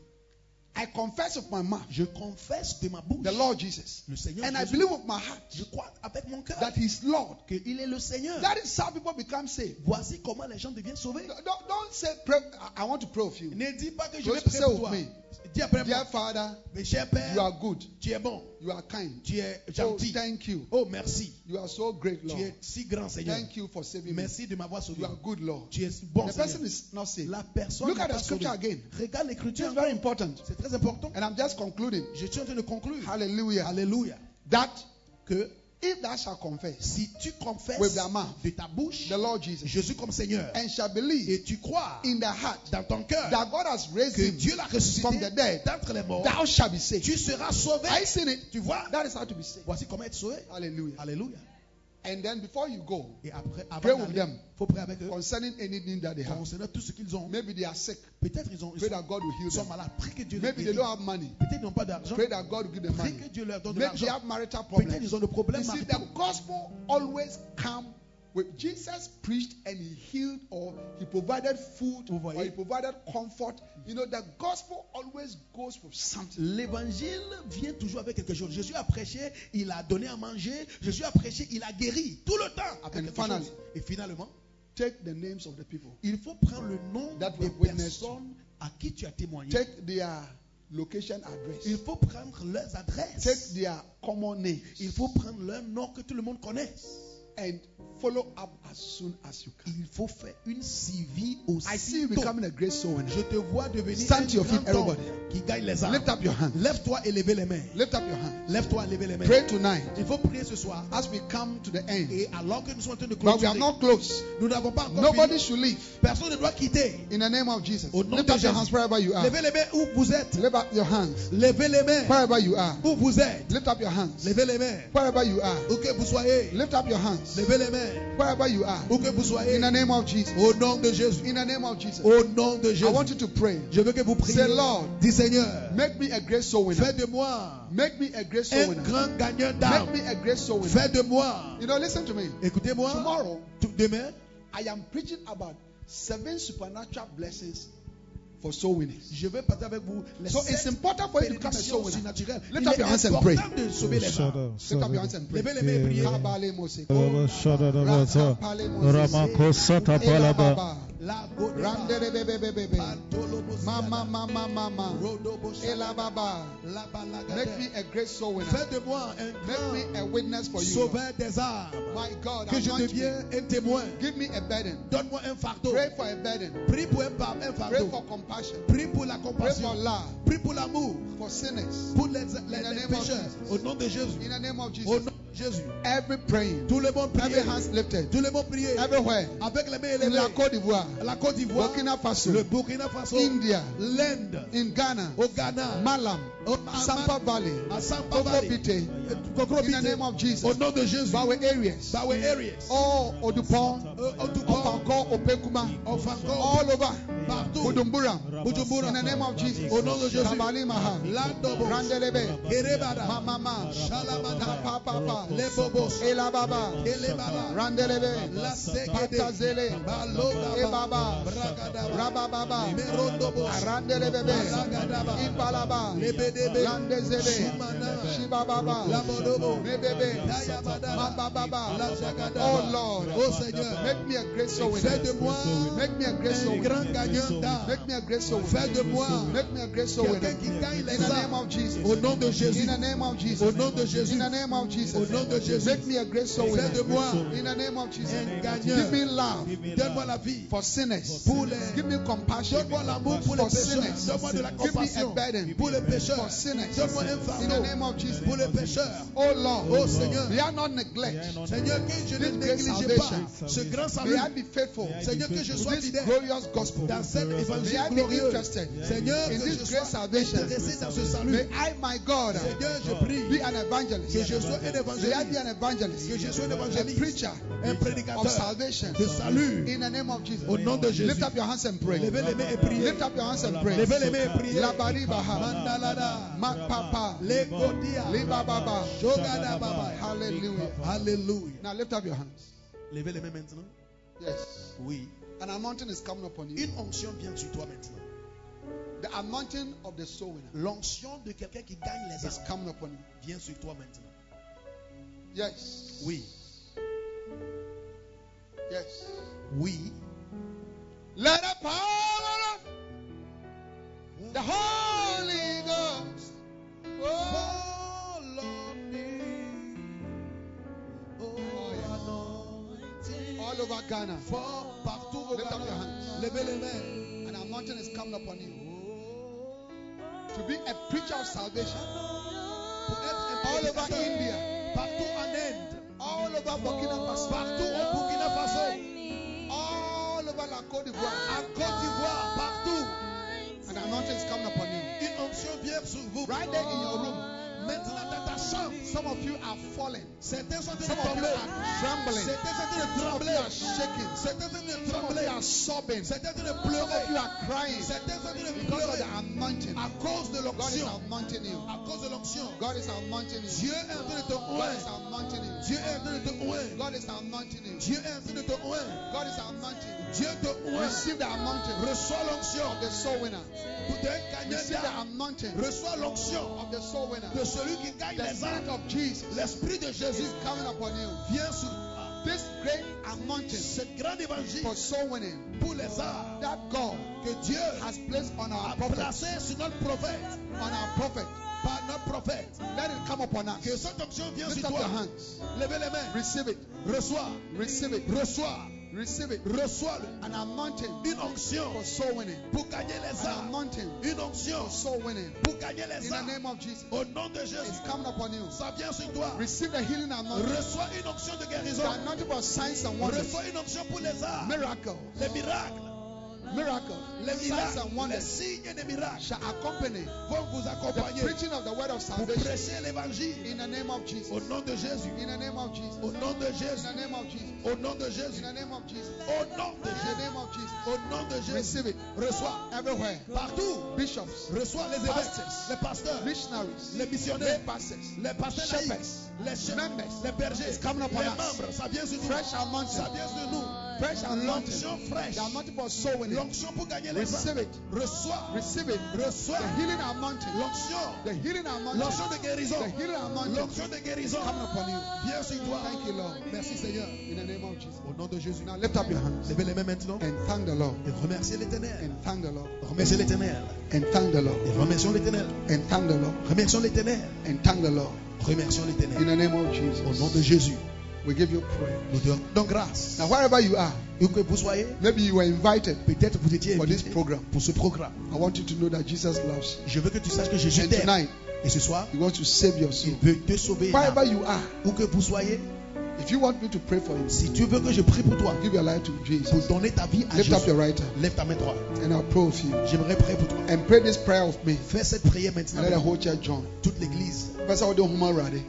C: I confess with my mouth
E: Je confesse de ma bouche
C: the Lord Jesus.
E: le Seigneur
C: And I
E: Jésus.
C: believe with my heart
E: Je crois avec mon cœur
C: that He's Lord.
E: qu'il est le Seigneur.
C: That is how people become saved.
E: Voici comment les gens deviennent sauvés.
C: Don't, don't say, pray, I- I want to pray with you.
E: Ne dis pas que je
C: Those
E: vais prier pour
C: who
E: toi.
C: say
E: Dis après
C: Dear
E: moi,
C: Father,
E: mes chers pères,
C: you are good.
E: tu es bon,
C: You are kind.
E: tu es
C: Oh,
E: gentil.
C: thank you.
E: Oh, merci.
C: You are so great,
E: Tu
C: Lord.
E: es si grand, Seigneur.
C: Thank you for saving me.
E: Merci de m'avoir sauvé.
C: You are good, Lord.
E: Tu es si bon,
C: The
E: Seigneur.
C: person is not saved.
E: La personne
C: Look
E: n'est
C: at the
E: pas sauvée.
C: scripture again.
E: Regarde
C: It is
E: l'écriture.
C: very important.
E: C'est très important.
C: And I'm just concluding.
E: Je suis en train de conclure.
C: Hallelujah.
E: Alléluia.
C: That
E: Que
C: if thou shalt confess
E: si tu confesses
C: With their mouth.
E: de ta bouche
C: the Lord Jesus
E: Jésus comme Seigneur
C: and shall believe
E: et tu crois
C: in thy heart
E: dans ton cœur
C: that God has raised
E: que
C: him
E: Dieu l'a ressuscité
C: from the dead,
E: d'entre les morts,
C: thou shalt be saved.
E: tu seras sauvé.
C: I seen it.
E: Tu vois,
C: That is how to be saved.
E: voici comment être sauvé.
C: Hallelujah.
E: Alléluia.
C: And then before you go,
E: Et après,
C: Pray
E: avant
C: with
E: d'aller,
C: them.
E: faut prier avec eux.
C: concerning anything that they have,
E: Concernant tout ce qu'ils ont.
C: maybe they are sick.
E: Peut-être ils ont ils
C: Pray
E: sont,
C: that God will heal
E: ils sont
C: them.
E: malades. Prie que Dieu les
C: Maybe they
E: guérisse.
C: don't have money.
E: Peut-être ils n'ont pas d'argent.
C: Pray that God will give them
E: Prie
C: money.
E: que Dieu leur donne de
C: Maybe they
E: l'argent.
C: have marital
E: Peut-être ils
C: problems.
E: ont des
C: You
E: problèmes.
C: see,
E: mariaux.
C: the gospel always come with Jesus preached and he healed or he provided food
E: Vous
C: or he
E: voyez?
C: provided comfort. You know, the gospel always goes with something.
E: L'évangile vient toujours avec quelque chose. Jésus a prêché, il a donné à manger. Jésus a prêché, il a guéri. Tout le temps. Avec
C: And
E: quelque
C: finally-
E: chose. Et finalement,
C: Take the names of the people.
E: il faut prendre le nom
C: That
E: des
C: were witnessed.
E: personnes à qui tu as témoigné.
C: Take their location address.
E: Il faut prendre leurs
C: Take
E: adresses.
C: their common name
E: Il faut prendre leur nom que tout le monde connaisse.
C: and follow up as soon as you can.
E: Il faut faire une civile
C: I see you
E: aussi.
C: becoming a great soul winner.
E: Je te vois devenir
C: Stand
E: un
C: to your feet,
E: grand homme
C: everybody.
E: qui gagne les âmes.
C: Lift up your hand.
E: Lève-toi et levez les mains.
C: Lift up your hand.
E: Lève-toi et levez les mains.
C: Pray tonight
E: Il faut prier ce soir.
C: as we come to the end.
E: Et alors que nous sommes en train de
C: But we
E: clôturer,
C: are not close.
E: nous n'avons pas encore
C: Nobody
E: fini.
C: should leave.
E: Personne ne doit quitter.
C: In the name of Jesus.
E: Au nom
C: Lift
E: de
C: up your
E: Jésus.
C: hands wherever you are.
E: Levez les mains où vous êtes.
C: Lift up your hands
E: Levez les mains
C: wherever you are.
E: où vous êtes.
C: Lift up your hands
E: Levez les mains
C: wherever you are.
E: où que vous soyez.
C: Lift Oh. up your hands
E: Levez les mains
C: wherever you are.
E: où que vous soyez.
C: In the name of Jesus.
E: Au nom de Jésus.
C: In the name of Oh, Jesus.
E: Au nom de
C: I want
E: Jésus.
C: you to pray.
E: Je veux que vous priez.
C: Say, Lord,
E: Dis Seigneur,
C: Make me a great soul winner.
E: fais de moi
C: Make me a great soul
E: un
C: winner.
E: grand gagnant
C: Make
E: d'âme.
C: me a great soul winner.
E: Fais de moi.
C: You know, listen to me.
E: Écoutez-moi.
C: Tomorrow,
E: Tout- Demain,
C: I am preaching about seven supernatural blessings for soul winners.
E: je vais partager avec vous les
C: So it's
E: sept
C: important for you to become a soul
E: bénédictions
C: winner.
E: surnaturelles.
C: Lift
E: Il
C: up
E: est
C: your hands and pray.
E: important de sauver les âmes.
C: Lift up your hands and pray.
E: Levez les mains et priez.
C: Kabale mose.
F: Shadadabata.
C: Rakapale mose.
F: Ramakosata palaba.
C: Elababa.
E: La Godeba,
C: Randerebebebebebe.
E: Pantolobos,
C: Mama, mama, mama.
E: Rodobos,
C: Elababa.
E: La Balagada.
C: Make me a great soul winner.
E: Fais de moi un
C: Make me
E: grand
C: a witness for you. Lord.
E: sauveur des âmes.
C: My God,
E: Que
C: I
E: je
C: want you.
E: devienne un témoin.
C: Give me a burden.
E: Donne-moi un fardeau.
C: Pray for a burden.
E: Prie pour un, par- un
C: Pray
E: fardeau.
C: for compassion.
E: Prie pour la
C: Pray for
E: compassion.
C: love.
E: Prie pour l'amour.
C: For sinners.
E: Pour les, les-
C: the
E: les
C: name of
E: pécheurs.
C: Jesus.
E: Au nom de Jésus.
C: In the name of
E: Au
C: Jesus.
E: nom de Jésus.
C: Every praying.
E: Tout le monde prie.
C: Every hands lifted.
E: Tout le monde prie.
C: Everywhere.
E: Avec les mains
C: In
E: élevées.
C: La Côte d'Ivoire.
E: La Côte d'Ivoire.
C: Burkina
E: Le
C: Faso.
E: Burkina Faso.
C: India.
E: L'Inde.
C: In Ghana.
E: Au Ghana.
C: Malam.
E: Au- à-
C: Sampa Valley.
E: à Sampa Valley.
C: Kokopite.
E: Euh, Kokoro
C: In the
E: Bite.
C: name of
E: Au
C: Jesus.
E: nom de Jésus.
C: Bawe areas.
E: Bawe Oh, areas.
C: All Odupon.
E: Euh, en tout cas,
C: Opanko. Opekuma.
E: Ofango.
C: All over.
E: Partout.
C: Bujumbura.
E: Bujumbura.
C: In the name of Jesus.
E: Au nom de Jésus.
C: Kabali Maha.
E: Landobo.
C: Randelebe.
E: Kerebada.
C: Mama. Ma.
E: Shalamada.
C: Papa. Papa.
E: Lebobos.
C: Elababa.
E: Elebala.
C: Randelebe.
E: La
C: Patazele.
E: Segede. Balobaba.
C: Ebaba.
E: Bragadaba.
C: Rabababa.
E: Merondobos.
C: Randelebebe.
E: Balagadaba.
C: Ipalaba.
E: Lebedebe.
C: Landezebe.
E: Shimana.
C: Shibababa.
E: Labodobo.
C: Mebebe.
E: Dayabada.
C: Mabababa.
E: La Jagada.
C: Oh Lord.
E: Oh Seigneur.
C: Make me a great soul
E: Fais de
C: winner.
E: moi
C: Make me a great soul
E: un grand
C: winner.
E: gagnant d'âme.
C: Make me a great soul winner.
E: Fais de moi
C: Make me a great soul winner.
E: quelqu'un qui gagne
C: In the
E: les
C: name of
E: âmes.
C: Jesus.
E: Au nom de
C: In
E: Jésus.
C: the name of Jesus.
E: Au nom de Jésus.
C: In the name of Jesus.
E: Au nom de Jésus.
C: Make me a great soul winner.
E: Fais de moi
C: In the name of Jesus.
E: un gagnant.
C: Give me love
E: Donne-moi la vie.
C: for sinners.
E: Pour les-
C: Give me compassion
E: Donne-moi l'amour pour les
C: for
E: pécheurs.
C: sinners.
E: Donne-moi de la
C: Give me a
E: compassion
C: burden
E: pour les pécheurs.
C: for sinners.
E: Donne-moi un
C: In the name
E: fardeau
C: of Jesus.
E: pour les pécheurs.
C: Oh Lord.
E: Oh Seigneur.
C: May I not neglect.
E: Seigneur, que je ne
C: This great
E: néglige pas
C: salvation.
E: ce grand salut.
C: May I be faithful.
E: Seigneur, que je
C: To
E: sois
C: this
E: fidèle
C: glorious gospel.
E: dans cet
C: May
E: évangile
C: I be
E: glorieux.
C: interested
E: Seigneur,
C: in
E: que je
C: this great
E: sois
C: salvation.
E: intéressé dans ce salut.
C: May I, my God,
E: Seigneur, je prie
C: be an evangelist.
E: que je sois un
C: May I be
E: évangéliste,
C: an evangelist.
E: que je sois un
C: A
E: évangéliste,
C: preacher
E: un
C: of
E: prédicateur
C: salvation.
E: de salut.
C: In the name of Jesus.
E: Au nom de Jésus.
C: Lift up your hands and pray.
E: Levez les mains et priez.
C: Lift up your hands and pray.
E: Levez les mains et priez.
C: Labaribaha.
E: Mandalada.
C: Makpapa.
E: Legodia.
C: Libababa.
E: Shogadababa.
C: Hallelujah.
E: Alléluia.
C: Now lift up your hands.
E: Levez les mains maintenant.
C: Yes.
E: Oui.
C: An anointing is coming upon you.
E: Une onction vient sur toi maintenant.
C: The anointing of the soul winner
E: L'onction de quelqu'un qui gagne les
C: is
E: âmes
C: coming upon you.
E: vient sur toi maintenant.
C: Yes.
E: Oui.
C: Yes.
E: Oui.
C: Let the power of the Holy Ghost fall on Oh, me. All over Ghana.
E: Fort partout au
C: Lift up your
E: Ghana.
C: hands.
E: Levez les mains.
C: An anointing is coming upon you. To be a preacher of salvation.
E: Pour être un
C: All over
E: prédicateur.
C: India.
E: Partout en Inde.
C: All over Burkina Faso.
E: Partout au Burkina Faso.
C: All over La Côte
E: En
C: d'Ivoire.
E: Côte d'Ivoire. Partout.
C: An anointing is coming upon you.
E: Une onction vient sur vous.
C: Right there in your room.
E: Maintenant dans ta chambre.
C: Some of you are falling.
E: Certains sont en train
C: Some
E: de
C: of you
E: trembler.
C: are trembling.
E: Certains sont en train de
C: Some of
E: trembler.
C: you are shaking.
E: Certains sont en train de
C: Some of you
E: trembler.
C: are sobbing. Some
E: Certains sont en train de
C: of you
E: pleurer.
C: are crying
E: Certains sont en train de
C: because of
E: pleurer.
C: the anointing.
E: À cause
C: God
E: de
C: is
E: l'onction.
C: anointing you.
E: À cause de l'onction.
C: God is anointing you.
E: Dieu est en train de te
C: God is
E: oindre.
C: anointing you.
E: Dieu est en train de te oindre.
C: God is anointing you.
E: Dieu est en train de te oindre.
C: God is anointing you.
E: Dieu te oint.
C: Receive the anointing
E: Reçois l'onction
C: of the soul winner.
E: d'un gagnant
C: Receive the
E: d'âme.
C: anointing
E: Reçois l'onction
C: of the soul winner.
E: de celui qui gagne
C: The
E: les
C: spirit of
E: âmes.
C: Jesus
E: L'Esprit de Jésus
C: is coming upon you.
E: vient sur toi.
C: This great anointing
E: cette grande évangile
C: for soul winning
E: pour les arts
C: that God
E: que Dieu
C: has placed on our
E: a
C: prophet,
E: placé sur notre prophète,
C: on our prophet.
E: par notre prophète.
C: Let it come upon
E: Que
C: us.
E: cette onction vienne
C: Lift
E: sur
C: up your
E: toi.
C: hands.
E: Levez les mains.
C: Receive it.
E: Reçois,
C: Receive it.
E: reçois,
C: Receive it.
E: reçois-le.
C: An anointing
E: Une onction
C: for soul winning.
E: pour gagner les
C: An
E: arts.
C: anointing
E: Une onction
C: for soul winning.
E: pour gagner
C: In
E: les
C: the
E: arts.
C: name of Jesus.
E: Au nom de Jésus,
C: It's coming upon you.
E: ça vient sur toi.
C: Receive the healing anointing.
E: Reçois une onction de guérison.
C: The anointing for signs and wonders.
E: Reçois une onction pour les arts.
C: Miracles.
E: Les miracles.
C: Miracles.
E: Les
C: Signs
E: miracles.
C: and
E: Les
C: wonders
E: signes et les miracles
C: shall accompany
E: vont vous
C: the
E: accompagner
C: preaching of the word of
E: pour
C: salvation.
E: prêcher l'évangile.
C: In the name of
E: Au
C: Jesus.
E: nom de Jésus.
C: In the name of Jesus.
E: Au nom de
C: In the
E: Jésus.
C: name of Jesus.
E: Au nom de
C: In
E: Jésus.
C: the name of Jesus.
E: Au nom de
C: In the
E: Jésus.
C: name of Jesus.
E: Au nom de Jésus.
C: Receive it.
E: Reçois
C: Everywhere.
E: partout.
C: Bishops.
E: Reçois les évêques,
C: Pastors.
E: les pasteurs,
C: Missionaries.
E: les missionnaires,
C: lay pastors.
E: les pasteurs laïcs,
C: Shepherds.
E: les chefs,
C: Members.
E: les bergers,
C: It's coming
E: les
C: upon us.
E: membres. Ça vient sur nous.
C: Fresh
E: Ça
C: anointing.
E: vient sur nous.
C: Fresh
E: L'onction
C: anointing.
E: fraîche.
C: The anointing for soul winning.
E: L'onction pour gagner les
C: Receive
E: âmes.
C: it.
E: Reçois.
C: Receive it.
E: Reçois.
C: The healing anointing.
E: L'onction.
C: The healing anointing.
E: L'onction de guérison.
C: The healing anointing.
E: L'onction de guérison.
C: Coming upon you.
E: Viens sur toi.
C: Thank you, Lord.
E: Merci Seigneur.
C: In the name of Jesus.
E: Au nom de Jésus.
C: Now lift up your hands
E: Levez les mains maintenant
C: and thank the Lord.
E: et remerciez l'éternel.
C: And thank the Lord.
E: Remerciez l'éternel.
C: And thank the Lord.
E: Et remercions l'éternel.
C: And thank the Lord.
E: Remercions l'éternel.
C: And thank the Lord.
E: Remercions
C: In
E: l'éternel.
C: the name of
E: Au nom de
C: Jesus.
E: Jésus.
C: We give you prayer.
E: Nous te rendons grâce.
C: Now wherever you are,
E: Où que vous soyez,
C: maybe you were invited.
E: peut-être vous étiez
C: For this
E: invité
C: program.
E: pour ce programme.
C: I want you to know that Jesus loves
E: Je veux que tu saches que
C: you.
E: Jésus
C: And
E: t'aime.
C: tonight,
E: Et ce soir,
C: He wants to save your
E: il
C: soul.
E: peut te sauver.
C: Wherever you are,
E: Où que vous soyez,
C: if you want me to pray for you,
E: si tu veux que je prie pour toi,
C: give your life to
E: pour
C: Jesus.
E: donner ta vie à
C: Lift up
E: Jésus,
C: your right hand
E: lève ta main droite.
C: and I'll pray with you.
E: J'aimerais prier pour toi.
C: And pray this prayer with me.
E: Fais cette prière
C: And
E: maintenant
C: let the
E: avec
C: whole church join.
E: toute l'église.
C: First of all, don't human ready.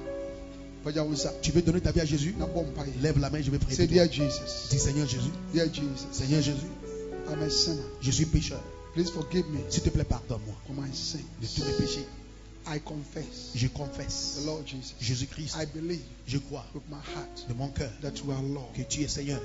C: But you will say,
E: Tu veux donner ta vie à Jésus
C: "Na bom pa ye."
E: Lève la main, je vais prier.
C: Say,
E: pour toi.
C: Dear Jesus,
E: Dis Seigneur Jésus,
C: dear Jesus,
E: Seigneur Jésus,
C: I'm a sinner.
E: je suis pécheur.
C: Please forgive me
E: S'il te plaît, pardonne-moi
C: for my
E: de tous
C: sins.
E: mes péchés.
C: I confess
E: Je
C: the
E: confesse
C: Lord Jesus.
E: Jésus-Christ.
C: I believe
E: Je crois
C: with my heart
E: de mon cœur
C: that you are Lord.
E: que tu es Seigneur.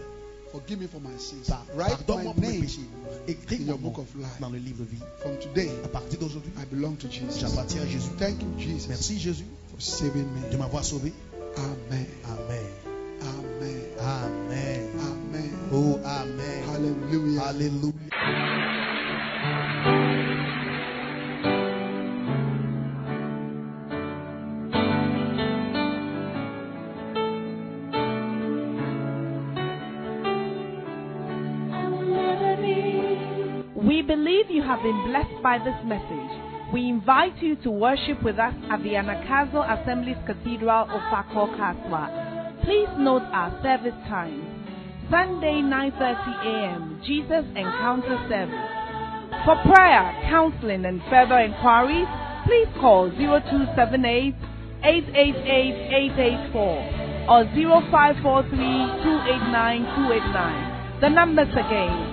C: Forgive me for my sins.
E: Par-
C: Write my
E: Pardonne-moi pour mes
C: name
E: péchés.
C: in
E: Écris-moi
C: your
E: mon
C: book
E: nom
C: of life.
E: dans le livre de vie.
C: From today,
E: À partir d'aujourd'hui,
C: I belong to Jesus.
E: j'appartiens à Jésus.
C: Thank you, Jesus,
E: Merci Jésus
C: for saving
E: de
C: me.
E: m'avoir sauvé.
C: Amen.
E: Amen.
C: Amen.
E: Amen.
C: Amen.
E: Oh, Amen.
C: Hallelujah.
E: Alléluia.
G: We believe you have been blessed by this message. We invite you to worship with us at the Anakazo Assemblies Cathedral of Fako Kaswa. Please note our service times. Sunday 9:30 a.m. Jesus Encounter Service. For prayer, counseling and further inquiries, please call 0278 888 884 or 0543 289 289. The numbers again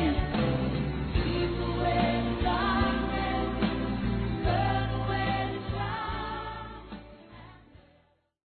G: you.